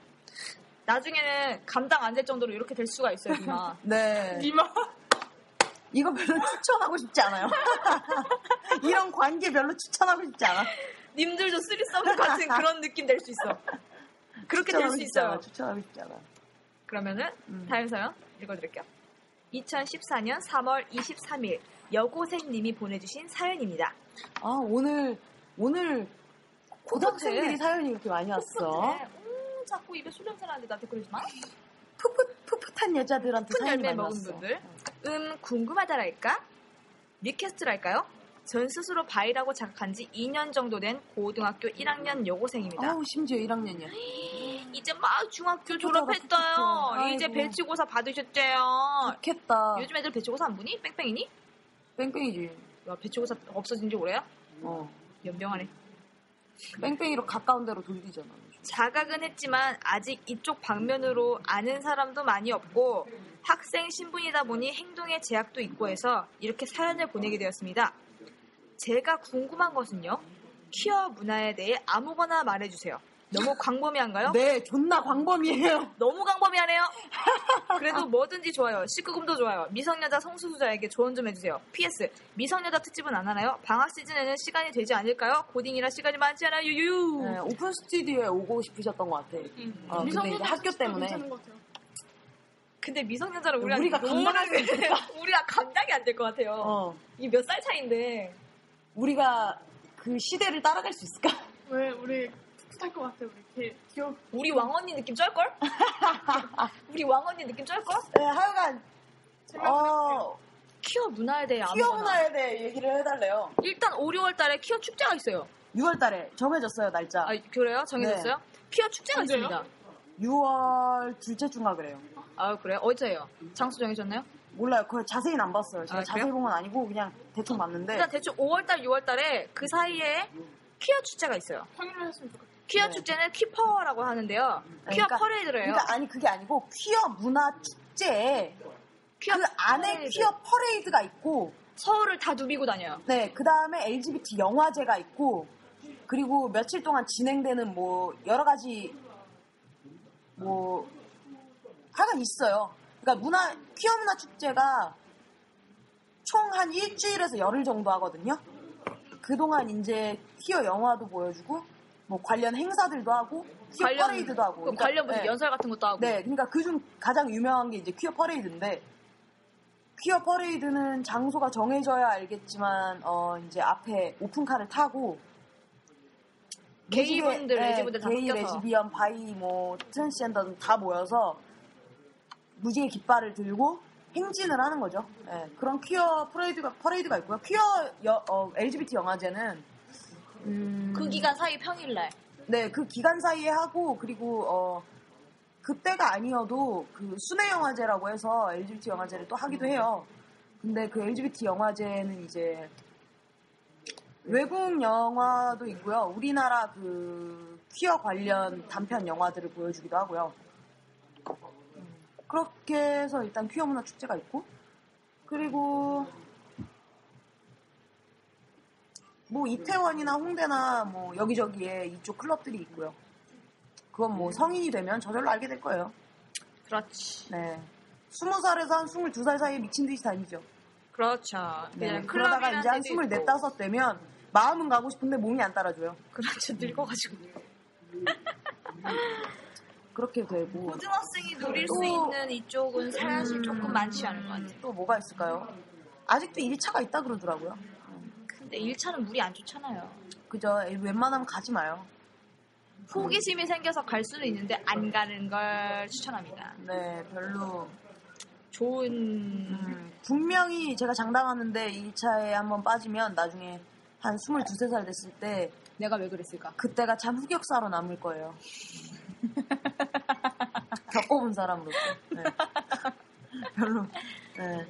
S1: 나중에는 감당 안 될 정도로 이렇게 될 수가 있어요, 이마.
S2: 네.
S3: 이마
S2: 이거 별로 추천하고 싶지 않아요. 이런 관계 별로 추천하고 싶지 않아.
S1: 님들도 쓰리썸 같은 그런 느낌 될 수 있어. 그렇게 될
S2: 추천하고
S1: 수
S2: 싶지 않아,
S1: 있어요.
S2: 추천하고 싶지 않아.
S1: 그러면은
S2: 음.
S1: 다음 사연 읽어드릴게요. 2014년 3월 23일 여고생님이 보내주신 사연입니다.
S2: 아, 오늘, 오늘 고등학생들이 사연이 이렇게 많이 왔어.
S1: 풋풋해. 음, 자꾸 입에 술 냄새 나는데 나한테 그러지 마.
S2: 풋풋, 풋풋한 여자들한테
S1: 풋
S2: 사연이
S1: 네. 열매
S2: 많이
S1: 먹은
S2: 왔어.
S1: 분들. 음, 궁금하다랄까? 리퀘스트랄까요? 전 스스로 바이라고 자각한 지 2년 정도 된 고등학교 1학년 여고생입니다.
S2: 아우, 심지어 1학년이야.
S1: 이제 막 중학교
S2: 풋풋하다,
S1: 졸업했어요.
S2: 풋풋해.
S1: 이제
S2: 아이고.
S1: 배치고사 받으셨대요.
S2: 좋겠다.
S1: 아, 요즘 애들 배치고사 안 보니? 뺑뺑이니?
S2: 뺑뺑이지.
S1: 야, 어, 배치고사 없어진 지 오래야?
S2: 어.
S1: 연병하네.
S2: 뺑뺑이로 가까운 데로 돌리잖아.
S1: 자각은 했지만 아직 이쪽 방면으로 아는 사람도 많이 없고 학생 신분이다 보니 행동에 제약도 있고 해서 이렇게 사연을 보내게 되었습니다. 제가 궁금한 것은요. 퀴어 문화에 대해 아무거나 말해주세요. 너무 광범위한가요? 네.
S2: 네, 존나 광범위해요.
S1: 너무 광범위하네요. 그래도 뭐든지 좋아요. 19금도 좋아요. 미성년자 성소수자에게 조언 좀 해주세요. PS 미성년자 특집은 안 하나요? 방학 시즌에는 시간이 되지 않을까요? 고딩이라 시간이 많지 않아요. 유유.
S2: 네, 오픈 스튜디오에 오고 싶으셨던 것 같아. 아, 근데 이제 학교 때문에.
S3: 괜찮은 것 같아요.
S1: 근데 미성년자를 우리랑
S2: 우리가
S1: 너무
S2: 감당할 수
S1: 우리랑 감당이 안 될 것 같아요.
S2: 어,
S1: 이게 몇 살 차인데
S2: 우리가 그 시대를 따라갈 수 있을까?
S3: 왜 우리 풋풋할 것 같아 우리 개 귀엽.
S1: 우리 왕 언니 느낌 쩔 걸? 우리 왕 언니 느낌 쩔 걸?
S2: 네, 하여간, 어,
S1: 키어 문화에 대해 아무거나.
S2: 키어 문화에 대해 얘기를 해달래요.
S1: 일단 5, 6월 달에 키어 축제가 있어요.
S2: 6월 달에 정해졌어요, 날짜.
S1: 아 그래요? 정해졌어요?
S2: 네.
S1: 키어 축제가
S3: 언제요?
S1: 있습니다.
S2: 6월 둘째 주인가 그래요.
S1: 아 그래? 어제예요. 장소 정해졌나요?
S2: 몰라요. 그걸 자세히는 안 봤어요. 제가
S1: 아, 그래요?
S2: 자세히 본 건 아니고 그냥 대충 봤는데.
S1: 일단 대충 5월 달, 6월 달에 그 사이에 키어 축제가 있어요.
S3: 평일로 했으면 좋겠다.
S1: 키어
S2: 네.
S1: 축제는 키퍼라고 하는데요.
S2: 네,
S1: 키어
S2: 그러니까-
S1: 퍼레이드래요.
S2: 그러니까 아니 그게 아니고 퀴어 문화 축제에
S1: 퀴어
S2: 그 안에
S1: 퍼레이드.
S2: 퀴어 퍼레이드가 있고
S1: 서울을 다 누비고 다녀요.
S2: 네, 그 다음에 LGBT 영화제가 있고, 그리고 며칠 동안 진행되는 뭐, 여러 가지, 뭐, 하여간 있어요. 그러니까 문화, 퀴어 문화 축제가 총 한 일주일에서 열흘 정도 하거든요. 그동안 이제 퀴어 영화도 보여주고, 뭐 관련 행사들도 하고, 퀴어 퍼레이드도 하고.
S1: 그
S2: 그러니까,
S1: 관련 무슨
S2: 네.
S1: 연설 같은 것도 하고.
S2: 네, 그러니까 그중 가장 유명한 게 이제 퀴어 퍼레이드인데 퀴어 퍼레이드는 장소가 정해져야 알겠지만 어 이제 앞에 오픈카를 타고
S1: 게이분들,
S2: 무지개-
S1: 레즈분들 다
S2: 게이,
S1: 섞여서.
S2: 레즈비언, 바이, 뭐 트랜스젠더 등다 모여서 무지개 깃발을 들고 행진을 하는 거죠. 예, 그런 퀴어 퍼레이드가 퍼레이드가 있고요. 퀴어 여- 어, LGBT 영화제는 음,
S1: 그 기간 사이 평일날.
S2: 네, 그 기간 사이에 하고 그리고 어 그때가 아니어도 그 순회 영화제라고 해서 LGBT 영화제를 또 하기도 해요. 근데 그 LGBT 영화제는 이제 외국 영화도 있고요. 우리나라 그 퀴어 관련 단편 영화들을 보여주기도 하고요. 음, 그렇게 해서 일단 퀴어 문화 축제가 있고 그리고 뭐 이태원이나 홍대나 뭐 여기저기에 이쪽 클럽들이 있고요. 그건
S1: 네.
S2: 뭐 성인이 되면 저절로 알게 될 거예요.
S1: 그렇지.
S2: 네. 스무 살에서 한 스물두 살 사이에 미친 듯이 다니죠.
S1: 그렇죠.
S2: 네.
S1: 그냥
S2: 그러다가
S1: 클럽이라는
S2: 이제 한
S1: 데도
S2: 스물넷
S1: 있고.
S2: 다섯 되면 마음은 가고 싶은데 몸이 안 따라줘요.
S1: 그렇죠. 늙어가지고.
S2: 그렇게 되고
S1: 고등학생이 누릴
S2: 또- 음.
S1: 수 있는 이쪽은 사실 조금 많지 않을 것 같아요.
S2: 또 뭐가 있을까요? 아직도 1차가 있다 그러더라고요.
S1: 근데 1차는 물이 안 좋잖아요.
S2: 그죠? 웬만하면 가지 마요.
S1: 호기심이 생겨서 갈 수는 있는데
S2: 음.
S1: 안 가는 걸 추천합니다.
S2: 네, 별로.
S1: 좋은
S2: 음, 분명히 제가 장담하는데 1차에 한번 빠지면 나중에 한 22, 23살 됐을 때
S4: 내가 왜 그랬을까?
S2: 그때가 참 흑역사로 남을 거예요. 겪어본 사람으로서. 네. 별로. 네. 내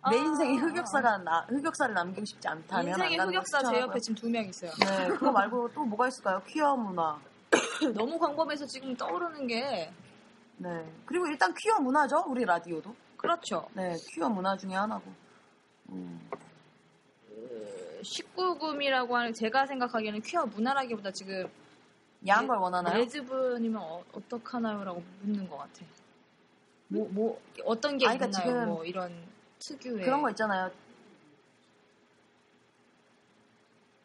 S1: 아.
S2: 인생에 흑역사가 나- 흑역사를 남기고 싶지 않다면
S1: 인생의
S2: 안 가는 걸
S1: 흑역사 제
S2: 추천하고요.
S1: 옆에 지금 두 명 있어요.
S2: 네, 그거 말고 또 뭐가 있을까요? 퀴어 문화.
S1: 너무 광범해서 지금 떠오르는 게
S2: 네. 그리고 일단 퀴어 문화죠. 우리 라디오도.
S1: 그렇죠.
S2: 네, 퀴어 문화 중에 하나고. 음,
S1: 19금이라고 그 하는 제가 생각하기에는 퀴어 문화라기보다 지금 네.
S2: 야한 걸 원하나요?
S1: 레즈분이면 어, 어떡하나요라고 묻는 것 같아. 뭐, 뭐 어떤 게
S2: 아니, 그러니까
S1: 있나요?
S2: 지금
S1: 뭐 이런 특유의
S2: 그런 거 있잖아요.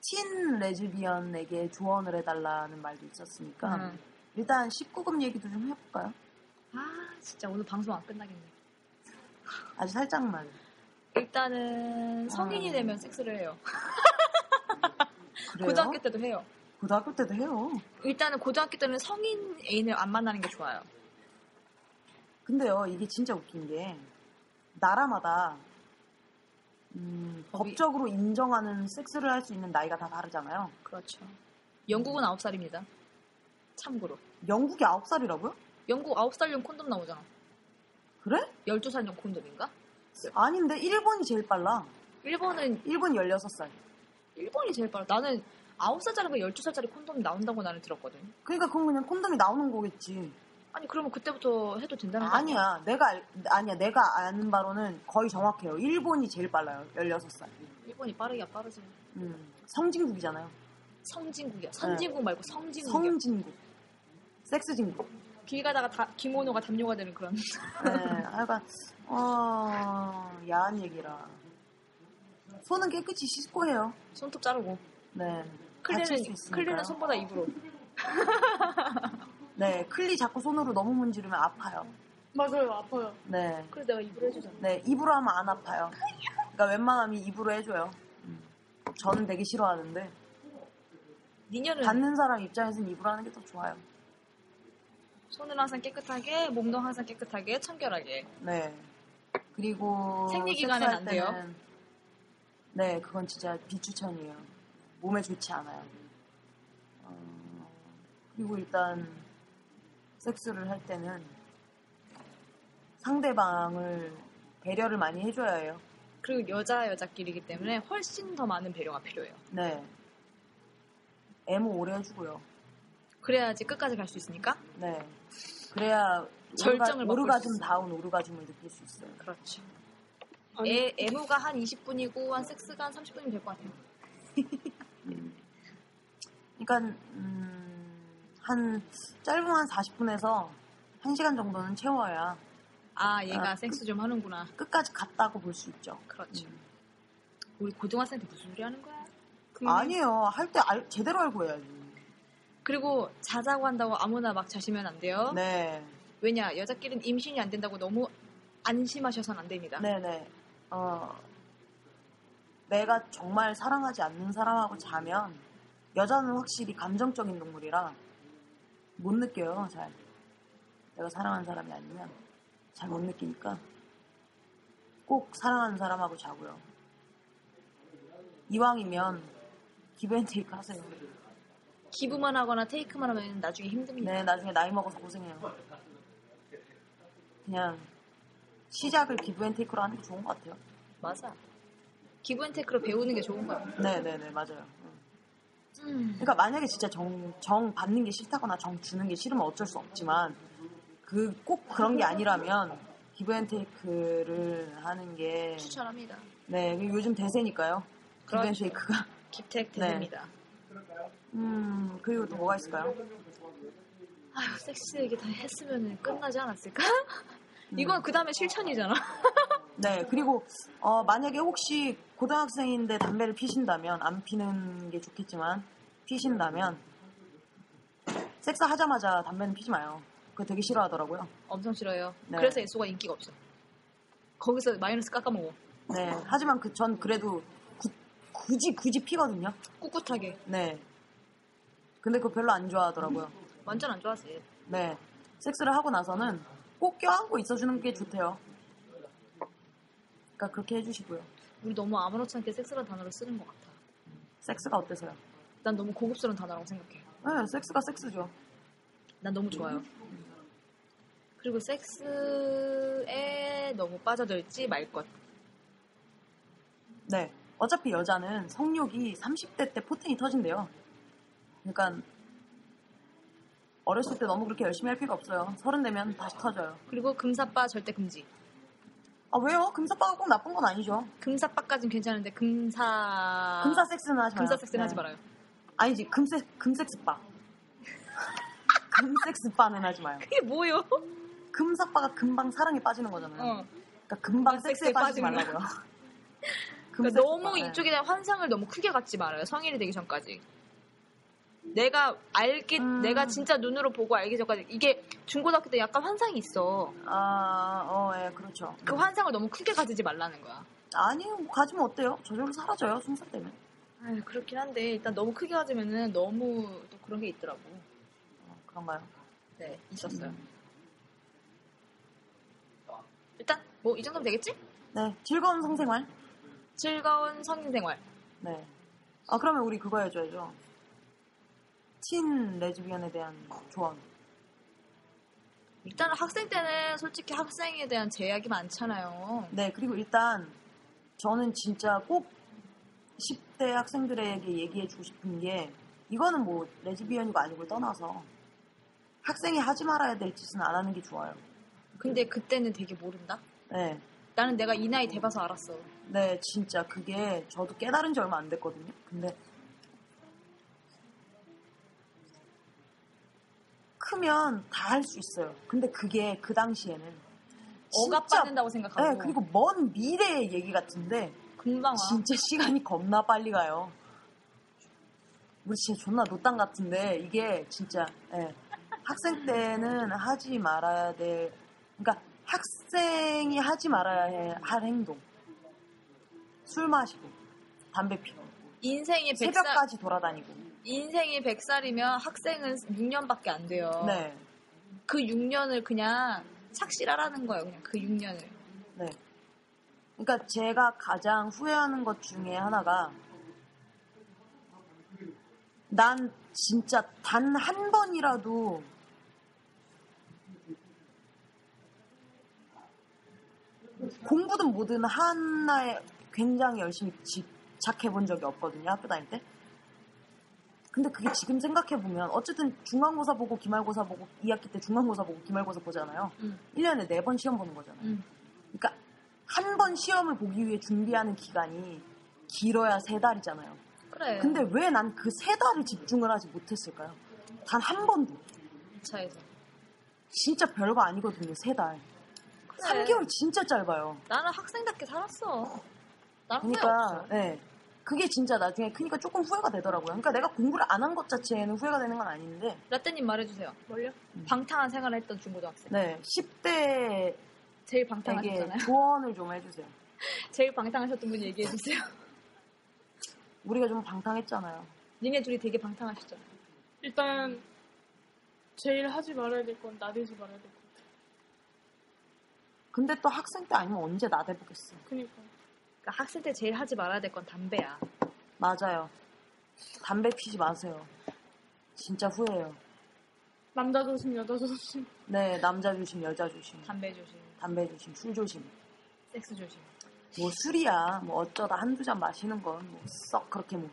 S2: 틴 레즈비언에게 조언을 해달라는 말도 있었으니까
S1: 음.
S2: 일단 19금 얘기도 좀 해볼까요?
S1: 아 진짜 오늘 방송 안 끝나겠네.
S2: 아주 살짝만.
S1: 일단은 성인이
S2: 아.
S1: 되면 섹스를 해요.
S2: 그래요?
S1: 고등학교 때도 해요.
S2: 고등학교 때도 해요.
S1: 일단은 고등학교 때는 성인 애인을 안 만나는 게 좋아요.
S2: 근데요, 이게 진짜 웃긴 게 나라마다 음,
S1: 법이-
S2: 법적으로 인정하는 섹스를 할 수 있는 나이가 다 다르잖아요.
S1: 그렇죠. 영국은 9살입니다. 참고로.
S2: 영국이 9살이라고요?
S1: 영국 9살용 콘돔 나오잖아.
S2: 그래?
S1: 12살용 콘돔인가?
S2: 아닌데 일본이 제일 빨라.
S1: 일본은
S2: 일본 16살.
S1: 일본이 제일 빠르. 나는 9살짜리가 12살짜리 콘돔이 나온다고 나는 들었거든.
S2: 그러니까 그건 그냥 콘돔이 나오는 거겠지.
S1: 아니 그러면 그때부터 해도 된다는 거 아니야?
S2: 아니야. 내가 알- 아니야. 내가 아는 바로는 거의 정확해요. 일본이 제일 빨라요. 16살.
S1: 일본이 빠르기야 빠르지.
S2: 음, 성진국이잖아요.
S1: 성진국이야. 선진국 말고 성진국이야.
S2: 네. 성진국. 섹스진국.
S1: 길 가다가 다, 김원호가 담요가 되는 그런.
S2: 네, 하여간 어 야한 얘기라. 손은 깨끗이 씻고 해요.
S1: 손톱 자르고.
S2: 네. 다칠 수
S1: 클리는
S2: 있으니까요.
S1: 클리는 손보다 입으로.
S2: 네, 클리 자꾸 손으로 너무 문지르면 아파요.
S3: 맞아요, 아파요.
S2: 네,
S1: 그래 내가 입으로 해주잖아.
S2: 네 입으로 하면 안 아파요. 그러니까 웬만하면 입으로 해줘요. 저는 되게 싫어하는데
S1: 니녀는
S2: 받는 사람 입장에서는 입으로 하는 게 더 좋아요.
S1: 손은 항상 깨끗하게, 몸도 항상 깨끗하게, 청결하게.
S2: 네. 그리고
S1: 생리 기간엔
S2: 섹스할
S1: 안 돼요?
S2: 때는- 네, 그건 진짜 비추천이에요. 몸에 좋지 않아요. 어, 그리고 일단 섹스를 할 때는 상대방을 배려를 많이 해줘야 해요.
S1: 그리고 여자 여자끼리이기 때문에 훨씬 더 많은 배려가 필요해요.
S2: 네. 애무 오래 해주고요.
S1: 그래야지 끝까지 갈 수 있으니까.
S2: 네. 그래야
S1: 절정을 맛볼
S2: 오르가-
S1: 수
S2: 오르가즘
S1: 있어요.
S2: 다운 오르가즘을 느낄 수 있어요.
S1: 그렇지.
S3: 아니,
S1: 애, 애무가 한 20분이고 한 섹스가 한 30분이면 될 것 같아요.
S2: 그러니까 음, 한 짧으면 한 40분에서 1시간 정도는 채워야
S1: 아 얘가
S2: 아.
S1: 섹스 좀 하는구나.
S2: 끝까지 갔다고 볼 수 있죠.
S1: 그렇지. 우리 고등학생 때 무슨 소리 하는 거야?
S3: 근데
S2: 음. 아니에요. 할 때 제대로 알고 해야지.
S1: 그리고 자자고 한다고 아무나 막 자시면 안 돼요.
S2: 네.
S1: 왜냐 여자끼리는 임신이 안 된다고 너무 안심하셔서는 안 됩니다.
S2: 네네. 어, 내가 정말 사랑하지 않는 사람하고 자면 여자는 확실히 감정적인 동물이라 못 느껴요, 잘. 내가 사랑하는 사람이 아니면 잘 못 느끼니까 꼭 사랑하는 사람하고 자고요. 이왕이면 기브앤테이크 하세요.
S1: 기부만 하거나 테이크만 하면 나중에 힘듭니다.
S2: 네, 나중에 나이 먹어서 고생해요. 그냥 시작을 기브앤테이크로 하는 게 좋은 것 같아요.
S1: 맞아. 기부앤테크로 배우는 게 좋은 거야.
S2: 네, 네, 네, 맞아요. 음.
S1: 음.
S2: 그러니까 만약에 진짜 정, 정 받는 게 싫다거나 정 주는 게 싫으면 어쩔 수 없지만 그 꼭 그런 게 아니라면 기브앤테이크를 하는 게
S1: 추천합니다.
S2: 네, 그리고 요즘 대세니까요.
S1: 그렇죠.
S2: 기브앤테이크가
S1: 기택
S2: 네.
S1: 대세입니다.
S2: 음, 그리고 또 뭐가 있을까요?
S1: 아휴 섹스 얘기 다 했으면 끝나지 않았을까? 이건 그 다음에 실천이잖아.
S2: 네, 그리고 어, 만약에 혹시 고등학생인데 담배를 피신다면 안 피는 게 좋겠지만 피신다면 섹스 하자마자 담배는 피지 마요. 그거 되게 싫어하더라고요.
S1: 엄청 싫어요.
S2: 네.
S1: 그래서 애소가 인기가 없어. 거기서 마이너스 깎아먹어.
S2: 네. 하지만 그 전 그래도 구- 굳이 굳이 피거든요.
S1: 꿋꿋하게.
S2: 네. 근데 그거 별로 안 좋아하더라고요.
S1: 완전 안 좋아하지.
S2: 네. 섹스를 하고 나서는 꼭 껴안고 있어주는 게 좋대요. 그러니까 그렇게 해주시고요.
S1: 우리 너무 아무렇지 않게 섹스라는 단어를 쓰는 것 같아.
S2: 섹스가 어때서요?
S1: 난 너무 고급스러운 단어라고 생각해.
S2: 네, 섹스가 섹스죠.
S1: 난 너무 좋아요. 그리고 섹스에 너무 빠져들지 말 것.
S2: 네. 어차피 여자는 성욕이 30대 때 포텐이 터진대요. 그러니까 어렸을 때 너무 그렇게 열심히 할 필요가 없어요. 서른 되면 다시 터져요.
S1: 그리고 금사빠 절대 금지.
S2: 아 왜요? 금사빠가 꼭 나쁜 건 아니죠.
S1: 금사빠까진 괜찮은데 금사
S2: 금사 섹스는 하지
S1: 아,
S2: 마요.
S1: 금사 섹스는
S2: 네.
S1: 하지 말아요.
S2: 아니지 금세 금섹스빠. 금섹스빠는 하지 마요.
S1: 그게 뭐요?
S2: 금사빠가 금방 사랑에 빠지는 거잖아요.
S1: 어.
S2: 그러니까 금방
S1: 금방
S2: 섹스에
S1: 섹스에
S2: 빠지지
S1: 빠지는
S2: 말라고요.
S1: 그러니까 너무
S2: 금섹스빠, 네.
S1: 이쪽에 대한 환상을 너무 크게 갖지 말아요. 성인이 되기 전까지. 내가 알기
S2: 음.
S1: 내가 진짜 눈으로 보고 알기 전까지 이게 중고등학교 때 약간 환상이 있어.
S2: 아, 어, 예, 그렇죠.
S1: 그
S2: 음.
S1: 환상을 너무 크게 가지지 말라는 거야.
S2: 아니요, 가지면 어때요? 저절로 사라져요, 순살 때문에.
S1: 아유, 그렇긴 한데 일단 너무 크게 가지면은 너무 또 그런 게 있더라고.
S2: 어, 그런가요?
S1: 네, 있었어요.
S2: 음.
S1: 일단 뭐 이 정도면 되겠지?
S2: 네, 즐거운 성생활.
S1: 즐거운 성인 생활.
S2: 네. 아, 그러면 우리 그거 해줘야죠. 친 레즈비언에 대한 조언.
S1: 일단은 학생 때는 솔직히 학생에 대한 제약이 많잖아요.
S2: 네, 그리고 일단 저는 진짜 꼭 10대 학생들에게 얘기해주고 싶은 게 이거는 뭐 레즈비언이고 아니고 떠나서 학생이 하지 말아야 될 짓은 안 하는 게 좋아요.
S1: 근데 그때는 되게 모른다.
S2: 네.
S1: 나는 내가 이 나이 돼봐서 알았어.
S2: 네, 진짜 그게 저도 깨달은 지 얼마 안 됐거든요. 근데 크면 다 할 수 있어요. 근데 그게 그 당시에는 진짜
S1: 억압받는다고 생각하고.
S2: 네, 그리고 먼 미래의 얘기 같은데
S1: 금방 와.
S2: 진짜 시간이 겁나 빨리 가요. 우리 진짜 존나 노땅 같은데 이게 진짜 예. 학생 때는 하지 말아야 될 그러니까 학생이 하지 말아야 해- 할 행동 술 마시고 담배 피고
S1: 인생이 100살,
S2: 새벽까지 돌아다니고
S1: 인생이 100살이면 학생은 6년밖에 안 돼요.
S2: 네,
S1: 그 6년을 그냥 착실하라는 거예요. 그냥 그 6년을.
S2: 네. 그러니까 제가 가장 후회하는 것 중에 하나가 난 진짜 단 한 번이라도 공부든 뭐든 하나에 굉장히 열심히 집착해 본 적이 없거든요, 학교 다닐 때. 근데 그게 지금 생각해 보면 어쨌든 중간고사 보고 기말고사 보고 2학기 때 중간고사 보고 기말고사 보잖아요.
S1: 음.
S2: 1년에 4번 시험 보는 거잖아요.
S1: 음.
S2: 그러니까 한 번 시험을 보기 위해 준비하는 기간이 길어야 세 달이잖아요.
S1: 그래.
S2: 근데 왜 난 그 세 달을 집중을 하지 못했을까요? 단 한 번도.
S1: 차에서.
S2: 진짜 별거 아니거든요, 세 달.
S1: 네. 그래.
S2: 3개월 진짜 짧아요.
S1: 나는 학생답게 살았어. 나는
S2: 그러니까,
S1: 후회 없어.
S2: 네. 그게 진짜 나중에 크니까 조금 후회가 되더라고요. 그러니까 내가 공부를 안 한 것 자체에는 후회가 되는 건 아닌데,
S1: 라떼님 말해주세요. 뭘요? 방탕한 생활을 했던 중고등학생.
S2: 네. 10대에게
S1: 제일 방탕하셨잖아요.
S2: 조언을 좀 해주세요.
S1: 제일 방탕하셨던 분 얘기해주세요.
S2: 우리가 좀 방탕했잖아요.
S1: 니네 둘이 되게 방탕하셨잖아.
S3: 일단 제일 하지 말아야 될 건 나대지 말아야 될 것 같아.
S2: 근데 또 학생 때 아니면 언제 나대보겠어.
S3: 그니까.
S1: 그러니까 학생 때 제일 하지 말아야 될 건 담배야.
S2: 맞아요. 담배 피지 마세요. 진짜 후회해요.
S3: 남자 조심, 여자 조심.
S2: 네, 남자 조심, 여자 조심,
S1: 담배 조심,
S2: 담배 조심, 술 조심.
S1: 섹스 조심.
S2: 뭐 술이야, 뭐 어쩌다 한두 잔 마시는 건 뭐 썩 그렇게 뭐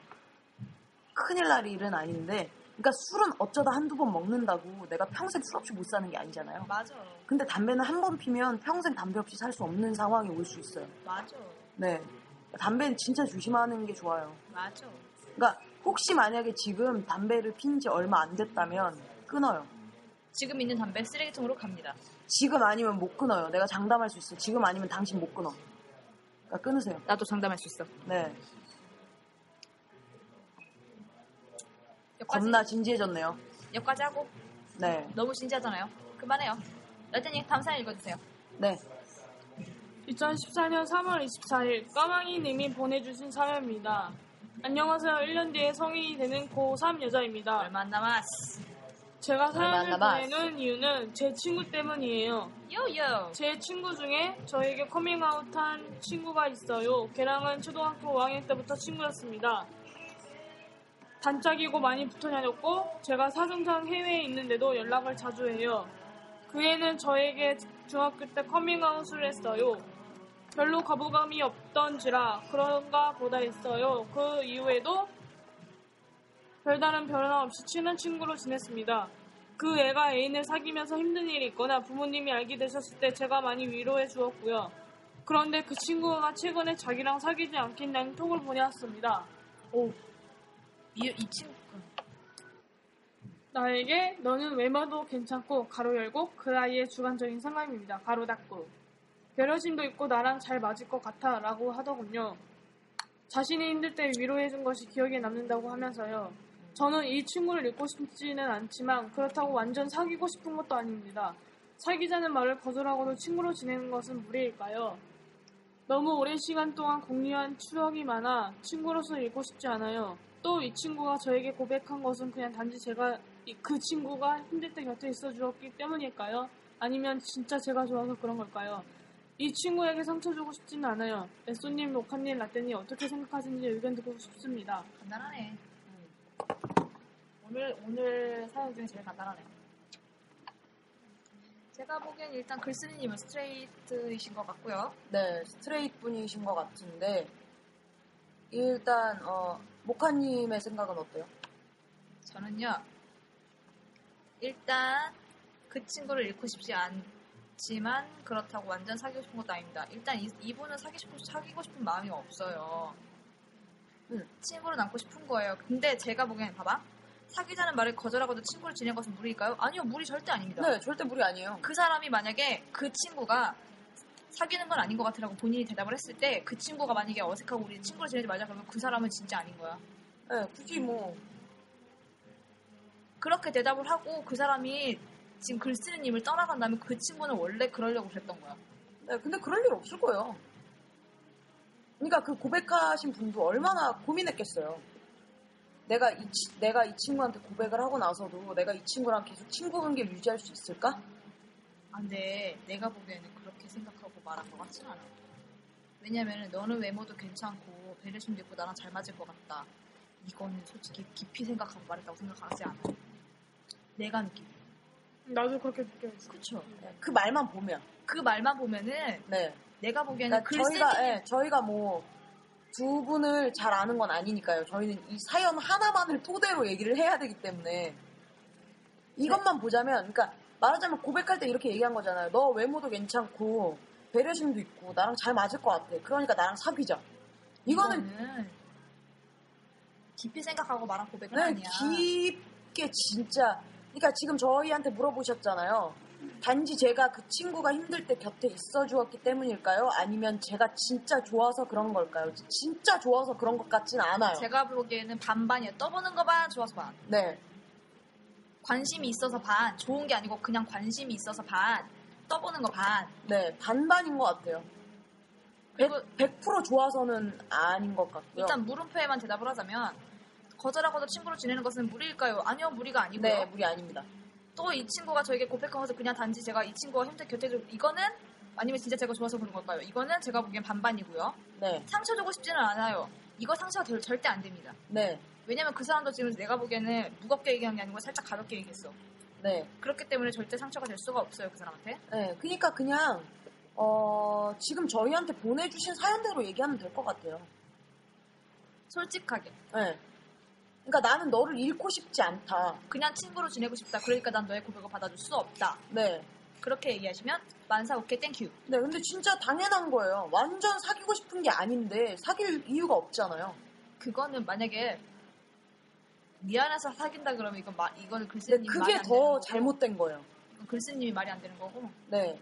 S2: 큰일 날 일은 아닌데, 그러니까 술은 어쩌다 한두 번 먹는다고 내가 평생 술 없이 못 사는 게 아니잖아요.
S1: 어. 맞아,
S2: 근데 담배는 한 번 피면 평생 담배 없이 살 수 없는 상황이 올 수 있어요.
S1: 맞아,
S2: 네. 담배는 진짜 조심하는 게 좋아요.
S1: 맞아.
S2: 그러니까 혹시 만약에 지금 담배를 핀 지 얼마 안 됐다면 끊어요.
S1: 지금 있는 담배 쓰레기통으로 갑니다.
S2: 지금 아니면 못 끊어요. 내가 장담할 수 있어. 지금 아니면 당신 못 끊어. 그러니까 끊으세요.
S1: 나도 장담할 수 있어.
S2: 네.
S1: 여기까지,
S2: 겁나 진지해졌네요.
S1: 여기까지 하고
S2: 네.
S1: 너무 진지하잖아요. 그만해요. 라떼님 다음 사연 읽어주세요.
S2: 네.
S3: 2014년 3월 24일 까망이님이 보내주신 사연입니다. 안녕하세요. 1년 뒤에 성인이 되는 고3 여자입니다.
S1: 얼마 안 남았어.
S3: 제가 사연을
S1: 얼마 안
S3: 보내는 이유는 제 친구 때문이에요.
S1: 요요.
S3: 제 친구 중에 저에게 커밍아웃한 친구가 있어요. 걔랑은 초등학교 5학년 때부터 친구였습니다. 단짝이고 많이 붙어 다녔고 제가 사정상 해외에 있는데도 연락을 자주 해요. 그 애는 저에게 중학교 때 커밍아웃을 했어요. 별로 거부감이 없던지라 그런가 보다 했어요. 그 이후에도 별다른 변화 없이 친한 친구로 지냈습니다. 그 애가 애인을 사귀면서 힘든 일이 있거나 부모님이 알게 되셨을 때 제가 많이 위로해 주었고요. 그런데 그 친구가 최근에 자기랑 사귀지 않겠냐는 톡을 보내왔습니다.
S1: 이, 이 친구.
S3: 나에게 너는 외모도 괜찮고 가로 열고 그 아이의 주관적인 생각입니다. 가로 닫고 배려심도 있고 나랑 잘 맞을 것 같아 라고 하더군요. 자신이 힘들 때 위로해준 것이 기억에 남는다고 하면서요. 저는 이 친구를 잃고 싶지는 않지만 그렇다고 완전 사귀고 싶은 것도 아닙니다. 사귀자는 말을 거절하고도 친구로 지내는 것은 무리일까요? 너무 오랜 시간 동안 공유한 추억이 많아 친구로서 읽고 싶지 않아요. 또 이 친구가 저에게 고백한 것은 그냥 단지 제가 이- 그 친구가 힘들 때 곁에 있어 주었기 때문일까요? 아니면 진짜 제가 좋아서 그런 걸까요? 이 친구에게 상처 주고 싶지는 않아요. 에쏘님, 녹화님, 라떼님 어떻게 생각하시는지 의견 듣고 싶습니다.
S1: 간단하네. 음. 오늘 오늘 사연 중에 제일 간단하네. 제가 보기엔 일단 글쓴이님은 스트레이트이신 것 같고요.
S2: 네, 스트레이트 분이신 것 같은데 일단 어, 모카님의 생각은 어때요?
S1: 저는요. 일단 그 친구를 잃고 싶지 않지만 그렇다고 완전 사귀고 싶은 것도 아닙니다. 일단 이, 이분은 사귀 싶, 사귀고 싶은 마음이 없어요. 음, 친구로 남고 싶은 거예요. 근데 제가 보기엔 봐봐. 사귀자는 말을 거절하고도 친구를 지낸 것은 무리일까요? 아니요, 무리 절대 아닙니다.
S2: 네, 절대 무리 아니에요.
S1: 그 사람이 만약에 그 친구가 사귀는 건 아닌 것 같으라고 본인이 대답을 했을 때 그 친구가 만약에 어색하고 우리 친구를 지내지 말자 그러면 그 사람은 진짜 아닌 거야.
S2: 네, 굳이 뭐
S1: 그렇게 대답을 하고 그 사람이 지금 글 쓰는 님을 떠나간다면 그 친구는 원래 그러려고 그랬던 거야.
S2: 네, 근데 그럴 일 없을 거예요. 그러니까 그 고백하신 분도 얼마나 고민했겠어요. 내가 이, 치- 내가 이 친구한테 고백을 하고 나서도 내가 이 친구랑 계속 친구 관계를 유지할 수 있을까?
S1: 아, 근데 내가 보기에는 그렇게 생각하고 말한 것 같진 않아. 왜냐면은 너는 외모도 괜찮고 배려심도 있고 나랑 잘 맞을 것 같다. 이거는 솔직히 깊이 생각하고 말했다고 생각하지 않아. 내가 느끼기.
S3: 나도 그렇게 느껴졌어.
S1: 그쵸.
S2: 그 말만 보면.
S1: 그 말만 보면은
S2: 네.
S1: 내가 보기에는
S2: 그러니까
S1: 글
S2: 저희가
S1: 쓰는
S2: 예, 저희가 뭐 두 분을 잘 아는 건 아니니까요. 저희는 이 사연 하나만을 토대로 얘기를 해야 되기 때문에 이것만 보자면, 그러니까 말하자면 고백할 때 이렇게 얘기한 거잖아요. 너 외모도 괜찮고 배려심도 있고 나랑 잘 맞을 것 같아. 그러니까 나랑 사귀자. 이거는
S1: 이거는 깊이 생각하고 말한 고백은
S2: 네,
S1: 아니야.
S2: 깊게 진짜. 그러니까 지금 저희한테 물어보셨잖아요. 단지 제가 그 친구가 힘들 때 곁에 있어 주었기 때문일까요? 아니면 제가 진짜 좋아서 그런 걸까요? 진짜 좋아서 그런 것 같진 않아요.
S1: 제가 보기에는 반반이야. 떠보는 거 반, 좋아서 반.
S2: 네.
S1: 관심이 있어서 반, 좋은 게 아니고 그냥 관심이 있어서 반, 떠보는 거 반.
S2: 네. 반반인 것 같아요. 100,
S1: 그리고
S2: 100% 좋아서는 아닌 것 같고요.
S1: 일단 물음표에만 대답을 하자면 거절하고도 친구로 지내는 것은 무리일까요? 아니요, 무리가 아니고요.
S2: 네, 무리 아닙니다.
S1: 또 이 친구가 저에게 고백하면서 그냥 단지 제가 이 친구와 힘들 곁에 좀 이거는 아니면 진짜 제가 좋아서 그런 걸까요? 이거는 제가 보기엔 반반이고요.
S2: 네.
S1: 상처 주고 싶지는 않아요. 이거 상처가 절- 절대 안 됩니다.
S2: 네.
S1: 왜냐면 그 사람도 지금 내가 보기에는 무겁게 얘기한 게 아니고 살짝 가볍게 얘기했어.
S2: 네.
S1: 그렇기 때문에 절대 상처가 될 수가 없어요, 그 사람한테.
S2: 네. 그러니까 그냥 어, 지금 저희한테 보내 주신 사연대로 얘기하면 될 것 같아요.
S1: 솔직하게.
S2: 네. 그러니까 나는 너를 잃고 싶지 않다.
S1: 그냥 친구로 지내고 싶다. 그러니까 난 너의 고백을 받아줄 수 없다.
S2: 네.
S1: 그렇게 얘기하시면 만사 오케이 땡큐.
S2: 네, 근데 진짜 당연한 거예요. 완전 사귀고 싶은 게 아닌데 사귈 이유가 없잖아요.
S1: 그거는 만약에 미안해서 사귄다 그러면 이건 마, 이거는
S2: 근데
S1: 글쓴님 말이
S2: 그게
S1: 안 되는
S2: 더
S1: 거고
S2: 잘못된 거예요.
S1: 이건 글쓴님이 말이 안 되는 거고
S2: 네.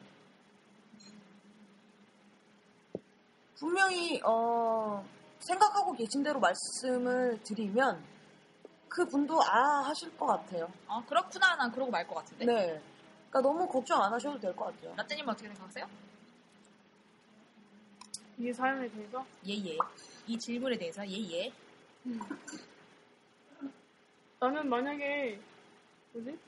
S2: 분명히 어, 생각하고 계신 대로 말씀을 드리면 그 분도 아 하실 것 같아요.
S1: 아 그렇구나 난 그러고 말 것 같은데
S2: 네. 그러니까 너무 걱정 안 하셔도 될 것 같아요.
S1: 라떼님은 어떻게 생각하세요?
S3: 이 사연에 대해서
S1: 예예. 이 질문에 대해서 예예.
S3: 나는 만약에 뭐지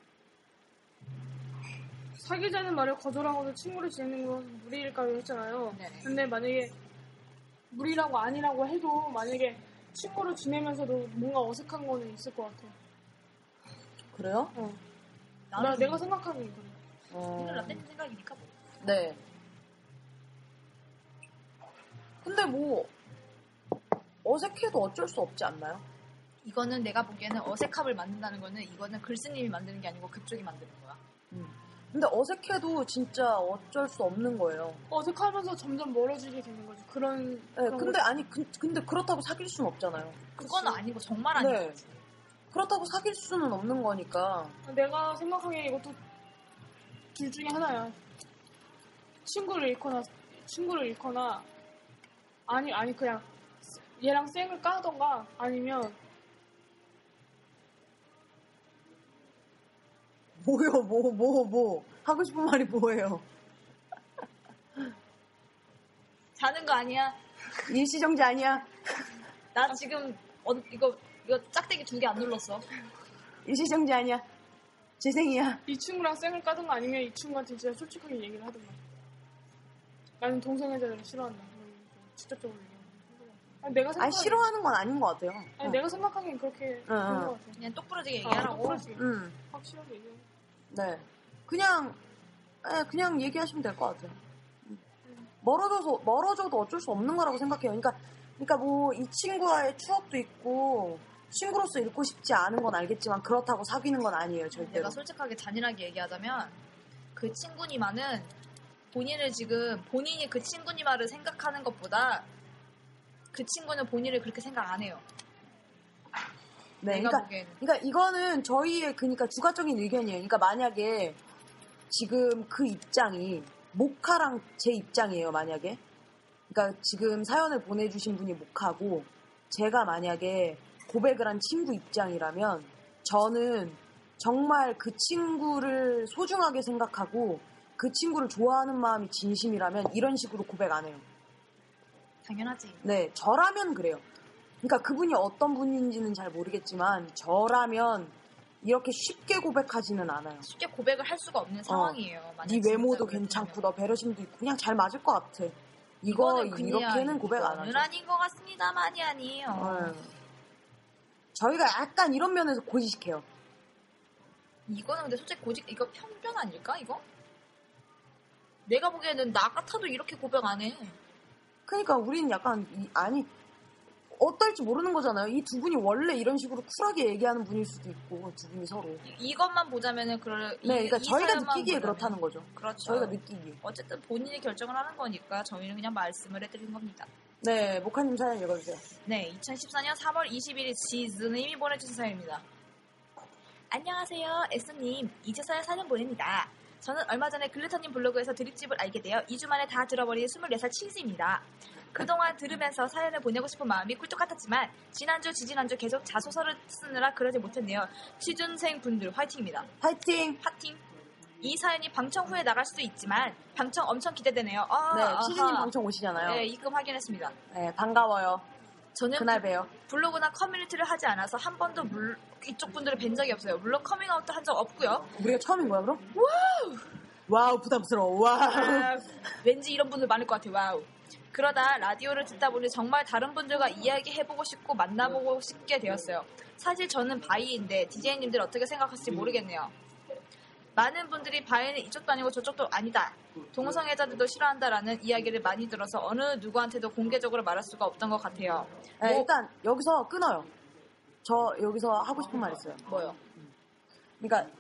S3: 사귀자는 말을 거절하고서 친구를 지내는 건 무리일까요 했잖아요.
S1: 네네.
S3: 근데 만약에 무리라고 아니라고 해도 만약에 친구를 지내면서도 뭔가 어색한 거는 있을 것 같아.
S5: 그래요?
S3: 어.
S1: 나는
S3: 나 내가 생각하는 이거.
S5: 어,
S1: 이건 라떼님 생각이니까 뭐.
S5: 네. 근데 뭐 어색해도 어쩔 수 없지 않나요?
S1: 이거는 내가 보기에는 어색함을 만든다는 거는 이거는 글쓴님이 만드는 게 아니고 그쪽이 만드는 거야.
S5: 근데 어색해도 진짜 어쩔 수 없는 거예요.
S3: 어색하면서 점점 멀어지게 되는 거지. 그런.
S5: 네,
S3: 그런
S5: 근데 아니 그- 근데 그렇다고 사귈 수는 없잖아요.
S1: 그건 아니고 정말 아니고.
S5: 네. 그렇다고 사귈 수는 없는 거니까.
S3: 거. 내가 생각하기에 이것도 둘 중에 하나야. 친구를 잃거나 친구를 잃거나 아니 아니 그냥 얘랑 쌩을 까던가 아니면
S2: 뭐요, 뭐, 뭐, 뭐. 하고 싶은 말이 뭐예요?
S1: 자는 거 아니야.
S2: 일시정지 아니야?
S1: 나 지금 어- 이거 이거 짝대기 두 개 안 눌렀어.
S2: 일시정지 아니야? 재생이야?
S3: 이 친구랑 쌩을 까던가 아니면 이 친구한테 진짜 솔직하게 얘기를 하던가. 나는 동성애자들을 싫어한다. 이런 거 직접적으로 얘기하는 거. 아니, 내가 생각
S2: 아니, 싫어하는 건 아닌 것 같아요.
S3: 아니 내가 생각하기엔 그렇게 그런
S2: 어.
S3: 것 같아.
S1: 그냥 똑부러지게
S3: 아,
S1: 얘기하라고.
S3: 똑부러지게.
S2: 음.
S3: 확실하게 얘기해.
S2: 네. 그냥, 예, 그냥 얘기하시면 될 것 같아요. 멀어져서, 멀어져도 어쩔 수 없는 거라고 생각해요. 그러니까, 그러니까 뭐, 이 친구와의 추억도 있고, 친구로서 잃고 싶지 않은 건 알겠지만, 그렇다고 사귀는 건 아니에요, 절대로.
S1: 내가 솔직하게 잔인하게 얘기하자면 그 친구님만은 본인을 지금 본인이 그 친구님만을 생각하는 것보다 그 친구는 본인을 그렇게 생각 안 해요.
S2: 네,
S1: 내가
S2: 그러니까,
S1: 보기에는
S2: 그러니까 이거는 저희의, 그러니까 주가적인 의견이에요. 그러니까 만약에, 지금 그 입장이, 모카랑 제 입장이에요, 만약에. 그러니까 지금 사연을 보내주신 분이 목하고 제가 만약에 고백을 한 친구 입장이라면 저는 정말 그 친구를 소중하게 생각하고 그 친구를 좋아하는 마음이 진심이라면 이런 식으로 고백 안 해요.
S1: 당연하지.
S2: 네, 저라면 그래요. 그러니까 그분이 어떤 분인지는 잘 모르겠지만 저라면 이렇게 쉽게 고백하지는 않아요.
S1: 쉽게 고백을 할 수가 없는 상황이에요. 만약
S2: 어, 네 외모도
S1: 진짜
S2: 괜찮고
S1: 그렇다면.
S2: 너 배려심도 있고 그냥 잘 맞을 것 같아. 이거
S1: 이거는 그냥
S2: 이렇게는 고백 안
S1: 이거는
S2: 하죠.
S1: 아닌 것 같습니다만이 아니에요.
S2: 어. 저희가 약간 이런 면에서 고지식해요.
S1: 이거는 근데 솔직히 고직 이거 편견 아닐까 이거? 내가 보기에는 나 같아도 이렇게 고백 안 해.
S2: 그러니까 우리는 약간 이- 아니 어떨지 모르는 거잖아요. 이 두 분이 원래 이런 식으로 쿨하게 얘기하는 분일 수도 있고 두 분이 서로.
S1: 이- 이것만 보자면은 그럴. 이-
S2: 네, 그러니까
S1: 이
S2: 저희가
S1: 사연만
S2: 느끼기에
S1: 보자면은.
S2: 그렇다는 거죠.
S1: 그렇죠.
S2: 저희가 느끼기.
S1: 어쨌든 본인이 결정을 하는 거니까 저희는 그냥 말씀을 해드린 겁니다.
S2: 네, 목하님 사연 읽어주세요.
S1: 네, 2014년 3월 21일 지즈님이 보내주신 사연입니다. 안녕하세요, 에스님. 이제서야 사연 보냅니다. 저는 얼마 전에 글루터님 블로그에서 드립집을 알게 되어 2주 만에 다 들어버린 24살 치즈입니다. 그동안 들으면서 사연을 보내고 싶은 마음이 꿀떡 같았지만 지난주, 지지난주 계속 자소서를 쓰느라 그러지 못했네요. 취준생 분들 화이팅입니다.
S2: 파이팅.
S1: 파팅! 이 사연이 방청 후에 나갈 수도 있지만 방청 엄청 기대되네요. 아,
S2: 네,
S1: 아하.
S2: 시즈님 방청 오시잖아요.
S1: 네, 입금 확인했습니다.
S2: 네, 반가워요.
S1: 저는
S2: 그날 봬요.
S1: 블로그나 커뮤니티를 하지 않아서 한 번도 물- 이쪽 분들을 뵌 적이 없어요. 물론 커밍아웃도 한 적 없고요.
S2: 우리가 처음인 거야 그럼? 와우. 와우 부담스러워. 와우.
S1: 아, 왠지 이런 분들 많을 것 같아요. 와우. 그러다 라디오를 듣다 보니 정말 다른 분들과 이야기해보고 싶고 만나보고 싶게 되었어요. 사실 저는 바이인데 DJ님들 어떻게 생각하실지 모르겠네요. 많은 분들이 바이는 이쪽도 아니고 저쪽도 아니다. 동성애자들도 싫어한다라는 이야기를 많이 들어서 어느 누구한테도 공개적으로 말할 수가 없던 것 같아요.
S2: 네,
S1: 뭐-
S2: 일단 여기서 끊어요. 저 여기서 하고 싶은 말 있어요.
S1: 뭐요?
S2: 그러니까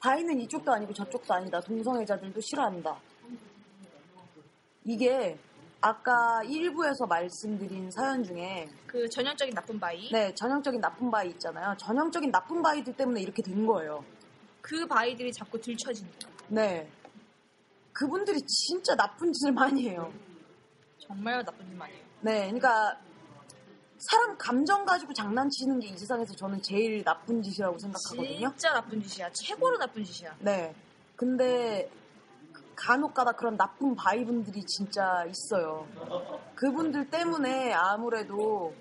S2: 바이는 이쪽도 아니고 저쪽도 아니다. 동성애자들도 싫어한다. 이게 아까 1부에서 말씀드린 사연 중에
S1: 그 전형적인 나쁜 바이.
S2: 네 전형적인 나쁜 바이 있잖아요. 전형적인 나쁜 바이들 때문에 이렇게 된 거예요.
S1: 그 바이들이 자꾸 들춰진다.
S2: 네 그분들이 진짜 나쁜 짓을 많이 해요.
S1: 정말 나쁜 짓 아니에요.
S2: 네 그러니까 사람 감정 가지고 장난치는 게 이 세상에서 저는 제일 나쁜 짓이라고 생각하거든요.
S1: 진짜 나쁜 짓이야. 최고로 나쁜 짓이야.
S2: 네. 근데 간혹가다 그런 나쁜 바이분들이 진짜 있어요. 그분들 때문에 아무래도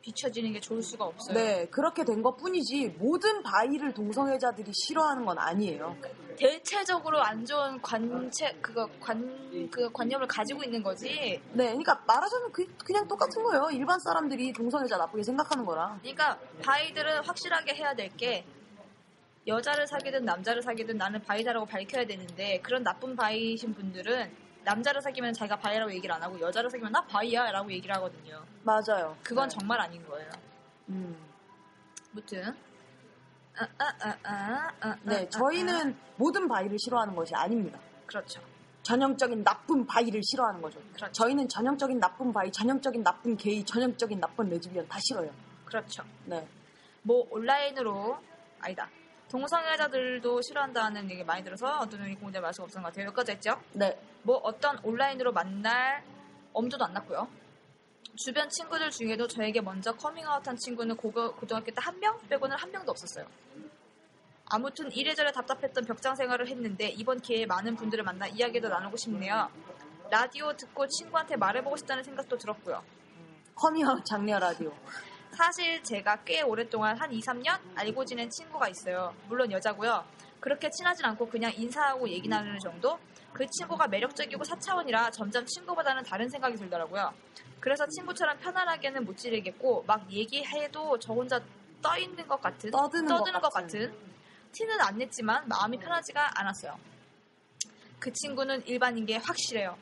S1: 비춰지는 게 좋을 수가 없어요.
S2: 네 그렇게 된 것 뿐이지 모든 바이를 동성애자들이 싫어하는 건 아니에요.
S1: 대체적으로 안 좋은 관체 그거 관 그 관념을 가지고 있는 거지.
S2: 네, 그러니까 말하자면 그, 그냥 똑같은 거예요. 일반 사람들이 동성애자 나쁘게 생각하는 거랑.
S1: 그러니까 바이들은 확실하게 해야 될 게 여자를 사귀든 남자를 사귀든 나는 바이다라고 밝혀야 되는데 그런 나쁜 바이신 분들은 남자를 사귀면 자기가 바이라고 얘기를 안 하고 여자를 사귀면 나 바이야라고 얘기를 하거든요.
S2: 맞아요.
S1: 그건
S2: 네.
S1: 정말 아닌 거예요.
S2: 음.
S1: 무튼 아, 아, 아, 아, 아, 아,
S2: 네,
S1: 아,
S2: 저희는 모든 바이를 싫어하는 것이 아닙니다.
S1: 아. 그렇죠.
S2: 전형적인 나쁜 바이를 싫어하는 거죠.
S1: 그렇죠.
S2: 저희는 전형적인 나쁜 바이, 전형적인 나쁜 게이, 전형적인 나쁜 레즈비언 다 싫어요.
S1: 그렇죠.
S2: 네.
S1: 뭐 온라인으로 아니다. 동성애자들도 싫어한다는 얘기 많이 들어서 어떤 의미 공부될 말수가 없는 것 같아요. 여기까지 했죠?
S2: 네.
S1: 뭐 어떤 온라인으로 만날 엄두도 안 났고요. 주변 친구들 중에도 저에게 먼저 커밍아웃한 친구는 고교, 고등학교 때 한 명 빼고는 한 명도 없었어요. 아무튼 이래저래 답답했던 벽장 생활을 했는데 이번 기회에 많은 분들을 만나 이야기도 나누고 싶네요. 라디오 듣고 친구한테 말해보고 싶다는 생각도 들었고요.
S2: 커밍아웃 장려 라디오.
S1: 사실 제가 꽤 오랫동안 한 2, 3년 알고 지낸 친구가 있어요. 물론 여자고요. 그렇게 친하진 않고 그냥 인사하고 얘기 나누는 정도? 그 친구가 매력적이고 사차원이라 점점 친구보다는 다른 생각이 들더라고요. 그래서 친구처럼 편안하게는 못 지내겠고 막 얘기해도 저 혼자 떠 있는 것 같은
S2: 떠드는 것
S1: 것
S2: 같은.
S1: 같은 티는 안 냈지만 마음이 편하지가 않았어요. 그 친구는 일반인 게 확실해요.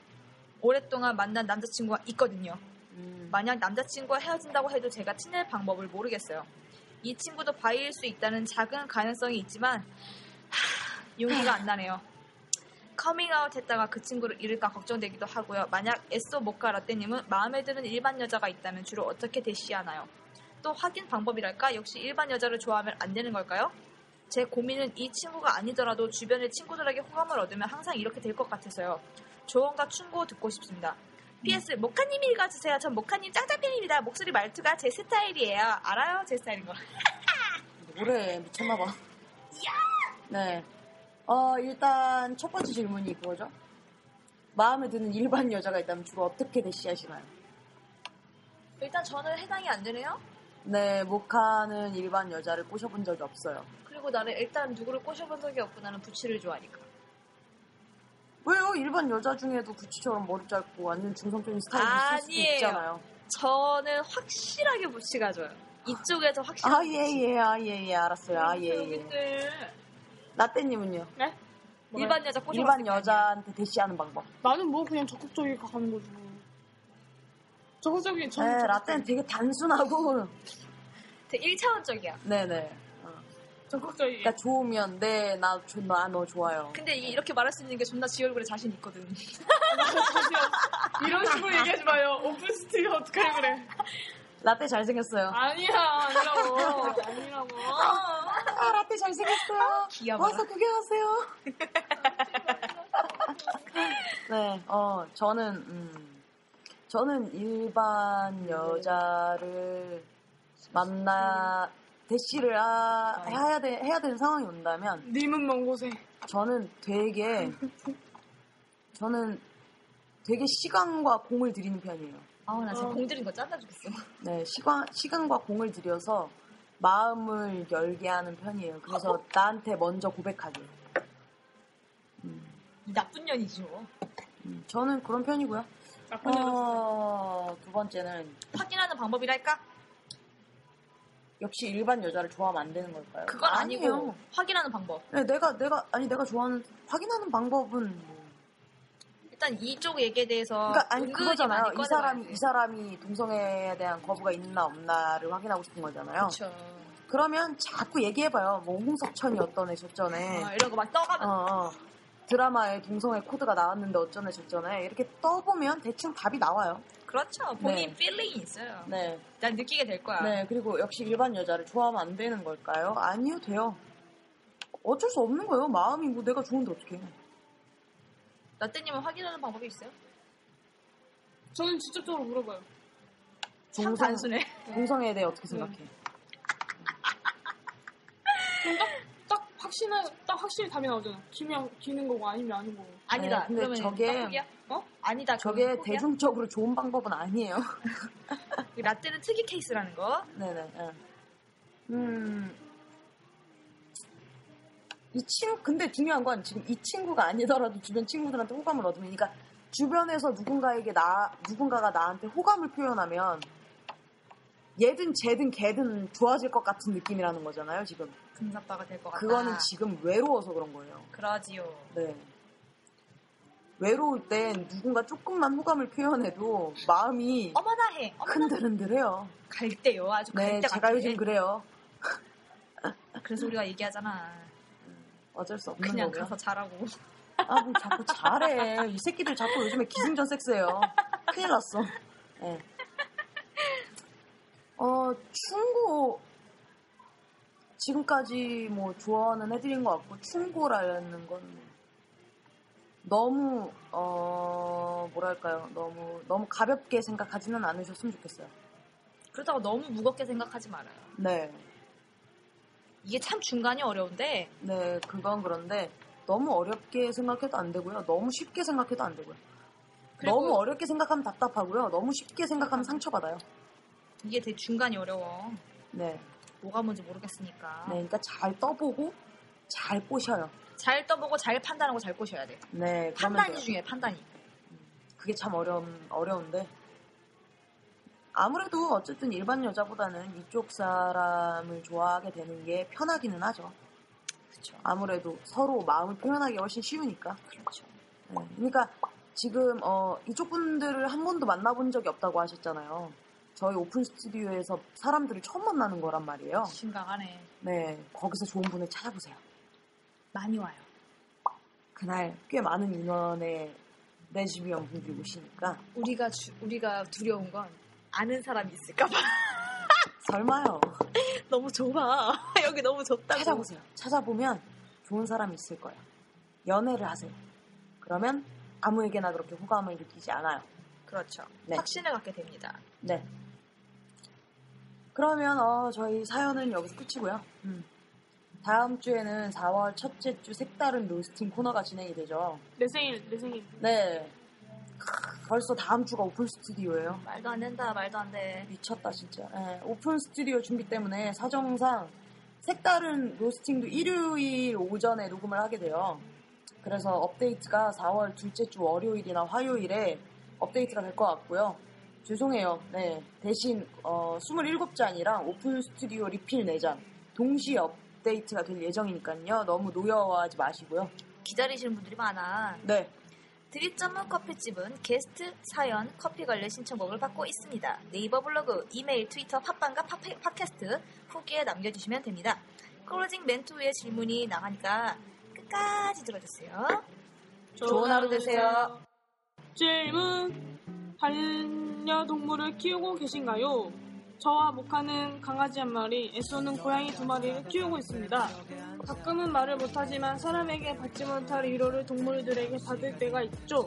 S1: 오랫동안 만난 남자친구가 있거든요.
S2: 음.
S1: 만약 남자친구와 헤어진다고 해도 제가 친할 방법을 모르겠어요. 이 친구도 바이일 수 있다는 작은 가능성이 있지만 하, 용기가 안 나네요. 커밍아웃 했다가 그 친구를 잃을까 걱정되기도 하고요. 만약 에쏘 모카 라떼님은 마음에 드는 일반 여자가 있다면 주로 어떻게 대시하나요? 또 확인 방법이랄까? 역시 일반 여자를 좋아하면 안 되는 걸까요? 제 고민은 이 친구가 아니더라도 주변의 친구들에게 호감을 얻으면 항상 이렇게 될 것 같아서요. 조언과 충고 듣고 싶습니다. PS 모카님이 읽어주세요. 전 모카님 짱짱팬입니다. 목소리 말투가 제 스타일이에요. 알아요? 제 스타일인 거.
S2: 뭐래, 미쳤나봐. 네. 어, 일단 첫 번째 질문이 그거죠. 마음에 드는 일반 여자가 있다면 주로 어떻게 대시하시나요?
S1: 일단 저는 해당이 안 되네요.
S2: 네, 모카는 일반 여자를 꼬셔본 적이 없어요.
S1: 그리고 나는 일단 누구를 꼬셔본 적이 없고 나는 부치를 좋아하니까.
S2: 왜요? 일반 여자 중에도 구치처럼 머리 짧고 완전 중성적인 스타일이 있을 수도
S1: 아니에요.
S2: 있잖아요.
S1: 저는 확실하게 부치가 줘요. 이쪽에서 확실하게.
S2: 아, 예, 예, 아, 예, 예, 알았어요. 아, 예, 예.
S1: 여기들
S2: 라떼님은요?
S3: 네? 뭐요?
S1: 일반 여자 꼬셔봤을
S2: 일반
S1: 거 아니에요?
S2: 여자한테 대시하는 방법.
S3: 나는 뭐 그냥 적극적이게 가는 거지. 뭐. 적극적이
S2: 네,
S3: 저는 적극적이-
S2: 라떼는 되게 단순하고,
S1: 되게 1차원적이야.
S2: 네네. 어.
S3: 적극적이게.
S2: 그러니까 좋으면, 네, 나, 좋- 나, 너 좋아요.
S1: 근데 이- 이렇게 말할 수 있는 게 존나 지 얼굴에 자신 있거든.
S3: 이런 식으로 얘기하지 마요. 오픈 스튜디오 어떻게 그래?
S2: 라떼 잘생겼어요.
S3: 아니야 아니라고 아니라고.
S2: 아, 라떼 잘생겼어요.
S1: 귀여워.
S2: 와서 구경하세요. 네, 어, 저는, 음, 저는 일반 여자를 네. 만나, 대시를 하, 해야, 돼, 해야 되는 상황이 온다면,
S3: 님은 먼 곳에.
S2: 저는 되게, 저는 되게 시간과 공을 들이는 편이에요.
S1: 아우, 나 지금
S3: 어.
S1: 공 들인 거 짠나 죽겠어.
S2: 네, 시간, 시간과 공을 들여서 마음을 열게 하는 편이에요. 그래서 나한테 먼저 고백하게.
S1: 이 나쁜 년이죠.
S2: 음, 저는 그런 편이고요.
S1: 아,
S3: 나쁜 여자.
S2: 어, 두 번째는
S1: 확인하는 방법이랄까?
S2: 역시 일반 여자를 좋아하면 안 되는 걸까요?
S1: 그건 아니고
S2: 아니에요.
S1: 확인하는 방법.
S2: 네, 내가 내가 아니 내가 좋아하는 확인하는 방법은 뭐-
S1: 일단 이쪽 얘기에 대해서
S2: 그러니까 아니
S1: 어, 은근히
S2: 그거잖아요.
S1: 많이
S2: 이 사람이 이
S1: 꺼내봐야지.
S2: 사람이 동성애에 대한 거부가 있나 없나를 확인하고 싶은 거잖아요.
S1: 그쵸.
S2: 그러면 자꾸 얘기해봐요. 뭐 홍석천이 어떠네 저쩌네.
S1: 어, 이런 거 막 떠가면
S2: 어, 어. 드라마에 동성애 코드가 나왔는데 어쩌네 저쩌네 이렇게 떠보면 대충 답이 나와요.
S1: 그렇죠. 본인
S2: 네.
S1: 필링이 있어요.
S2: 네,
S1: 난 느끼게 될 거야.
S2: 네 그리고 역시 일반 여자를 좋아하면 안 되는 걸까요? 아니요 돼요. 어쩔 수 없는 거예요. 마음이 뭐 내가 좋은데 어떻게?
S1: 라떼님은 확인하는 방법이 있어요?
S3: 저는 직접적으로 물어봐요.
S1: 참
S2: 동성-
S1: 단순해.
S2: 음. 동성애에 대해 어떻게 생각해?
S3: 딱 확신은 딱 확실히 답이 나오잖아. 기면 기는 거고 아니면 아닌 거고.
S1: 아니다.
S2: 네, 근데
S1: 그러면
S2: 저게-
S1: 떡볶이야? 어? 아니다.
S2: 저게
S1: 그러면 포기야?
S2: 대중적으로 좋은 방법은 아니에요.
S1: 이 라떼는 특이 케이스라는 거.
S2: 네네. 예. 음. 이 친, 근데 중요한 건 지금 이 친구가 아니더라도 주변 친구들한테 호감을 얻으면, 그러니까 주변에서 누군가에게 나, 누군가가 나한테 호감을 표현하면, 얘든 쟤든 걔든 좋아질 것 같은 느낌이라는 거잖아요, 지금.
S1: 금사빠가 될 것 같다.
S2: 그거는 지금 외로워서 그런 거예요.
S1: 그러지요.
S2: 네. 외로울 땐 누군가 조금만 호감을 표현해도 마음이
S1: 어머나 해. 어머,
S2: 흔들흔들해요.
S1: 갈대요. 아주
S2: 네,
S1: 갈대
S2: 제가
S1: 같아.
S2: 요즘 그래요.
S1: 그래서 우리가 얘기하잖아.
S2: 어쩔 수 없는
S1: 그냥
S2: 거고요.
S1: 가서 잘하고.
S2: 아, 뭐 자꾸 잘해. 이 새끼들 자꾸 요즘에 기승전 섹스해요. 큰일 났어. 예. 어, 충고. 지금까지 뭐 조언은 해드린 것 같고, 충고라는 건 너무, 어, 뭐랄까요. 너무, 너무 가볍게 생각하지는 않으셨으면 좋겠어요.
S1: 그렇다고 너무 무겁게 생각하지 말아요.
S2: 네.
S1: 이게 참 중간이 어려운데
S2: 네, 그건 그런데 너무 어렵게 생각해도 안 되고요. 너무 쉽게 생각해도 안 되고요.
S1: 그리고-
S2: 너무 어렵게 생각하면 답답하고요. 너무 쉽게 생각하면 상처받아요.
S1: 이게 되게 중간이 어려워.
S2: 네.
S1: 뭐가 뭔지 모르겠으니까.
S2: 네, 그러니까 잘 떠보고 잘 꼬셔요.
S1: 잘 떠보고 잘 판단하고 잘 꼬셔야 돼.
S2: 네, 그러면
S1: 판단이
S2: 돼요.
S1: 중요해. 판단이.
S2: 그게 참 어려운, 어려운데. 아무래도 어쨌든 일반 여자보다는 이쪽 사람을 좋아하게 되는 게 편하기는 하죠.
S1: 그렇죠.
S2: 아무래도 서로 마음을 표현하기 훨씬 쉬우니까.
S1: 그렇죠.
S2: 네, 그러니까 지금 어, 이쪽 분들을 한 번도 만나본 적이 없다고 하셨잖아요. 저희 오픈 스튜디오에서 사람들을 처음 만나는 거란 말이에요.
S1: 심각하네.
S2: 네, 거기서 좋은 분을 찾아보세요.
S1: 많이 와요.
S2: 그날 꽤 많은 인원의 레즈비언 분들이 오시니까
S1: 우리가 주- 우리가 두려운 건 아는 사람이 있을까봐.
S2: 설마요.
S1: 너무 좁아. 여기 너무 좁다고.
S2: 찾아보세요. 찾아보면 좋은 사람이 있을 거예요. 연애를 하세요. 그러면 아무에게나 그렇게 호감을 느끼지 않아요.
S1: 그렇죠.
S2: 네.
S1: 확신을 갖게 됩니다.
S2: 네. 그러면 어, 저희 사연은 여기서 끝이고요. 음. 다음 주에는 4월 첫째 주 색다른 로스팅 코너가 진행이 되죠.
S3: 내 생일 내 생일.
S2: 네. 크, 벌써 다음 주가 오픈 스튜디오예요.
S1: 말도 안 된다. 말도 안 돼.
S2: 미쳤다 진짜. 예, 오픈 스튜디오 준비 때문에 사정상 색다른 로스팅도 일요일 오전에 녹음을 하게 돼요. 그래서 업데이트가 4월 둘째 주 월요일이나 화요일에 업데이트가 될 것 같고요. 죄송해요. 네, 대신 어, 27잔이랑 오픈 스튜디오 리필 4잔 동시에 업데이트가 될 예정이니까요. 너무 노여워하지 마시고요.
S1: 기다리시는 분들이 많아.
S2: 네,
S1: 드립전문 커피집은 게스트, 사연, 커피 관련 신청곡을 받고 있습니다. 네이버 블로그, 이메일, 트위터, 팟빵과 팟- 팟캐스트 후기에 남겨주시면 됩니다. 클로징 멘트 후에 질문이 나가니까 끝까지 들어주세요.
S2: 좋은 하루 되세요.
S3: 질문! 반려동물을 키우고 계신가요? 저와 모카는 강아지 한 마리, 에쏘는 고양이 두 마리를 키우고 있습니다. 가끔은 말을 못하지만 사람에게 받지 못할 위로를 동물들에게 받을 때가 있죠.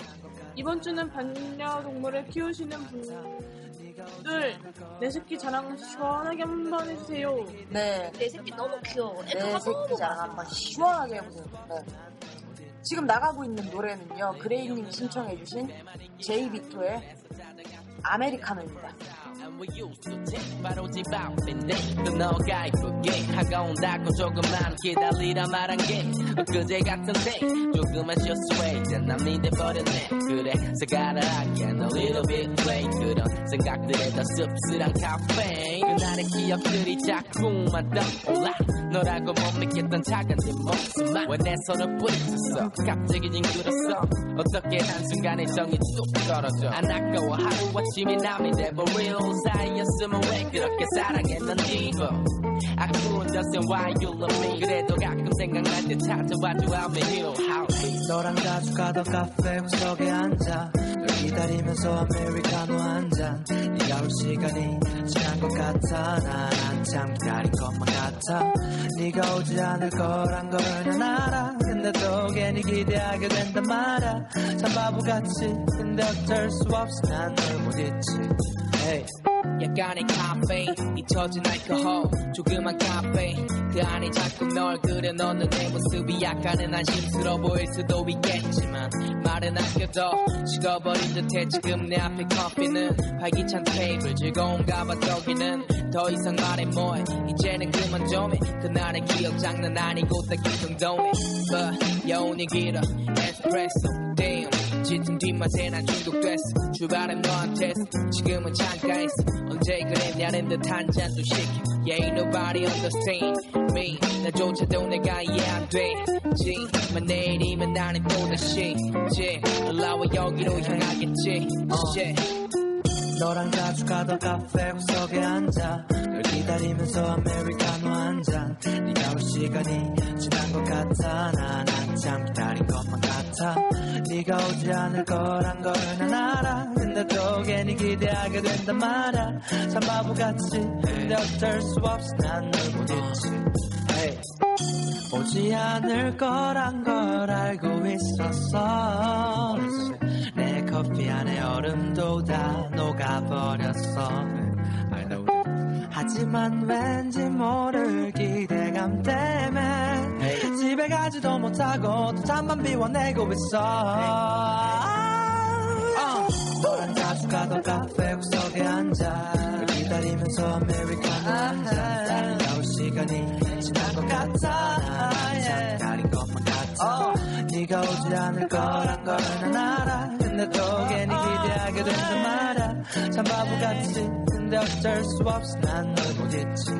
S3: 이번 주는 반려동물을 키우시는 분들, 내 새끼 자랑 시원하게 한번 해주세요.
S2: 네.
S1: 내 새끼 너무 귀여워.
S2: 내
S1: 애교가
S2: 새끼
S1: 너무
S2: 자랑 한번 시원하게 해보세요. 네. 지금 나가고 있는 노래는요, 그레이님 신청해주신 제이비토의 아메리카노입니다.
S6: And we used to take 바로지 밤인데 또 너가 이쁘게 하고 온다고 조금만 기다리라 말한 게 엊그제 같은데 조금만 just wait 난난 믿어버렸네 그래 사과를 할게 a little bit late 그런 생각들에 더 씁쓸한 카페인 그날의 기억들이 자꾸만 떠올라 너라고 못 믿겠던 작은 내 모습만 왜 내 손을 뿌리쳤어 갑자기 징그렸어 어떻게 한순간에 정이 뚝 떨어져 안 아까워 하루아침에 남이 돼버릴 사이였으면 왜 그렇게 사랑했는지 I couldn't understand why you love me 그래도 가끔 생각날 때 찾아와줘 I'm here how
S7: 너랑 자주 가던 카페 구석에 앉아 널 기다리면서 아메리카노 한잔 네가 올 시간이 지난 것 같아 난 한참 기다린 것만 같아 네가 오지 않을 거란 걸난 알아 근데 또 괜히 기대하게 된단 말야 참 바보같이 근데 어쩔 수 없어 난널못 잊지
S6: hey. 약간의 카페인 잊혀진 알코올 조그만 카페인 그 안에 자꾸 널 그려넣는 내 모습이 약간은 안심스러워 보일 수도 있겠지만 말은 아껴둬 식어버린 듯해 지금 내 앞에 커피는 활기찬 테이블 즐거운가 봐 저기는 더 이상 말해 뭐해 이제는 그만 좀해 그날의 기억 장난 아니고 딱이 정도네 But 여운이 길어 에스프레소 damn 짙은 뒷맛에 난 중독됐어 출발은 너한테서 지금은 잠깐 있어 언제 그랬냐는 듯 한 잔도 시켜 Yeah ain't nobody understand me 나조차도 내가 이해 안돼지만 내일이면 나는 또다시 이제 올라와 여기로 향하겠지 이제
S8: 너랑 자주 가던 카페 구석에 앉아 널 기다리면서 아메리카노 한잔 네가 올 시간이 지난 것 같아 난 한참 기다린 것만 같아 네가 오지 않을 거란 걸 난 알아 근데 또 괜히 기대하게 된단 말야 참 바보같이 근데 어쩔 수 없이 난널못 잊지 Hey. 오지 않을 거란 걸 알고 있었어 내 커피 안에 얼음도 다 녹아버렸어 I know that. 하지만 왠지 모를 기대감 때문에 집에 가지도 못하고 또 잠만 비워내고 있어 어. 너랑 자주 가던 카페 구석에 앉아 널 기다리면서 아메리카노 한잔 나올 시간이 지난 것 같아 난참 다른 것만 같아 네가 오지 않을 거란 걸 난 알아 근데 또 괜히 기대하게 된단 말야 참 바보같이 근데 어쩔 수 없이 난널못 잊지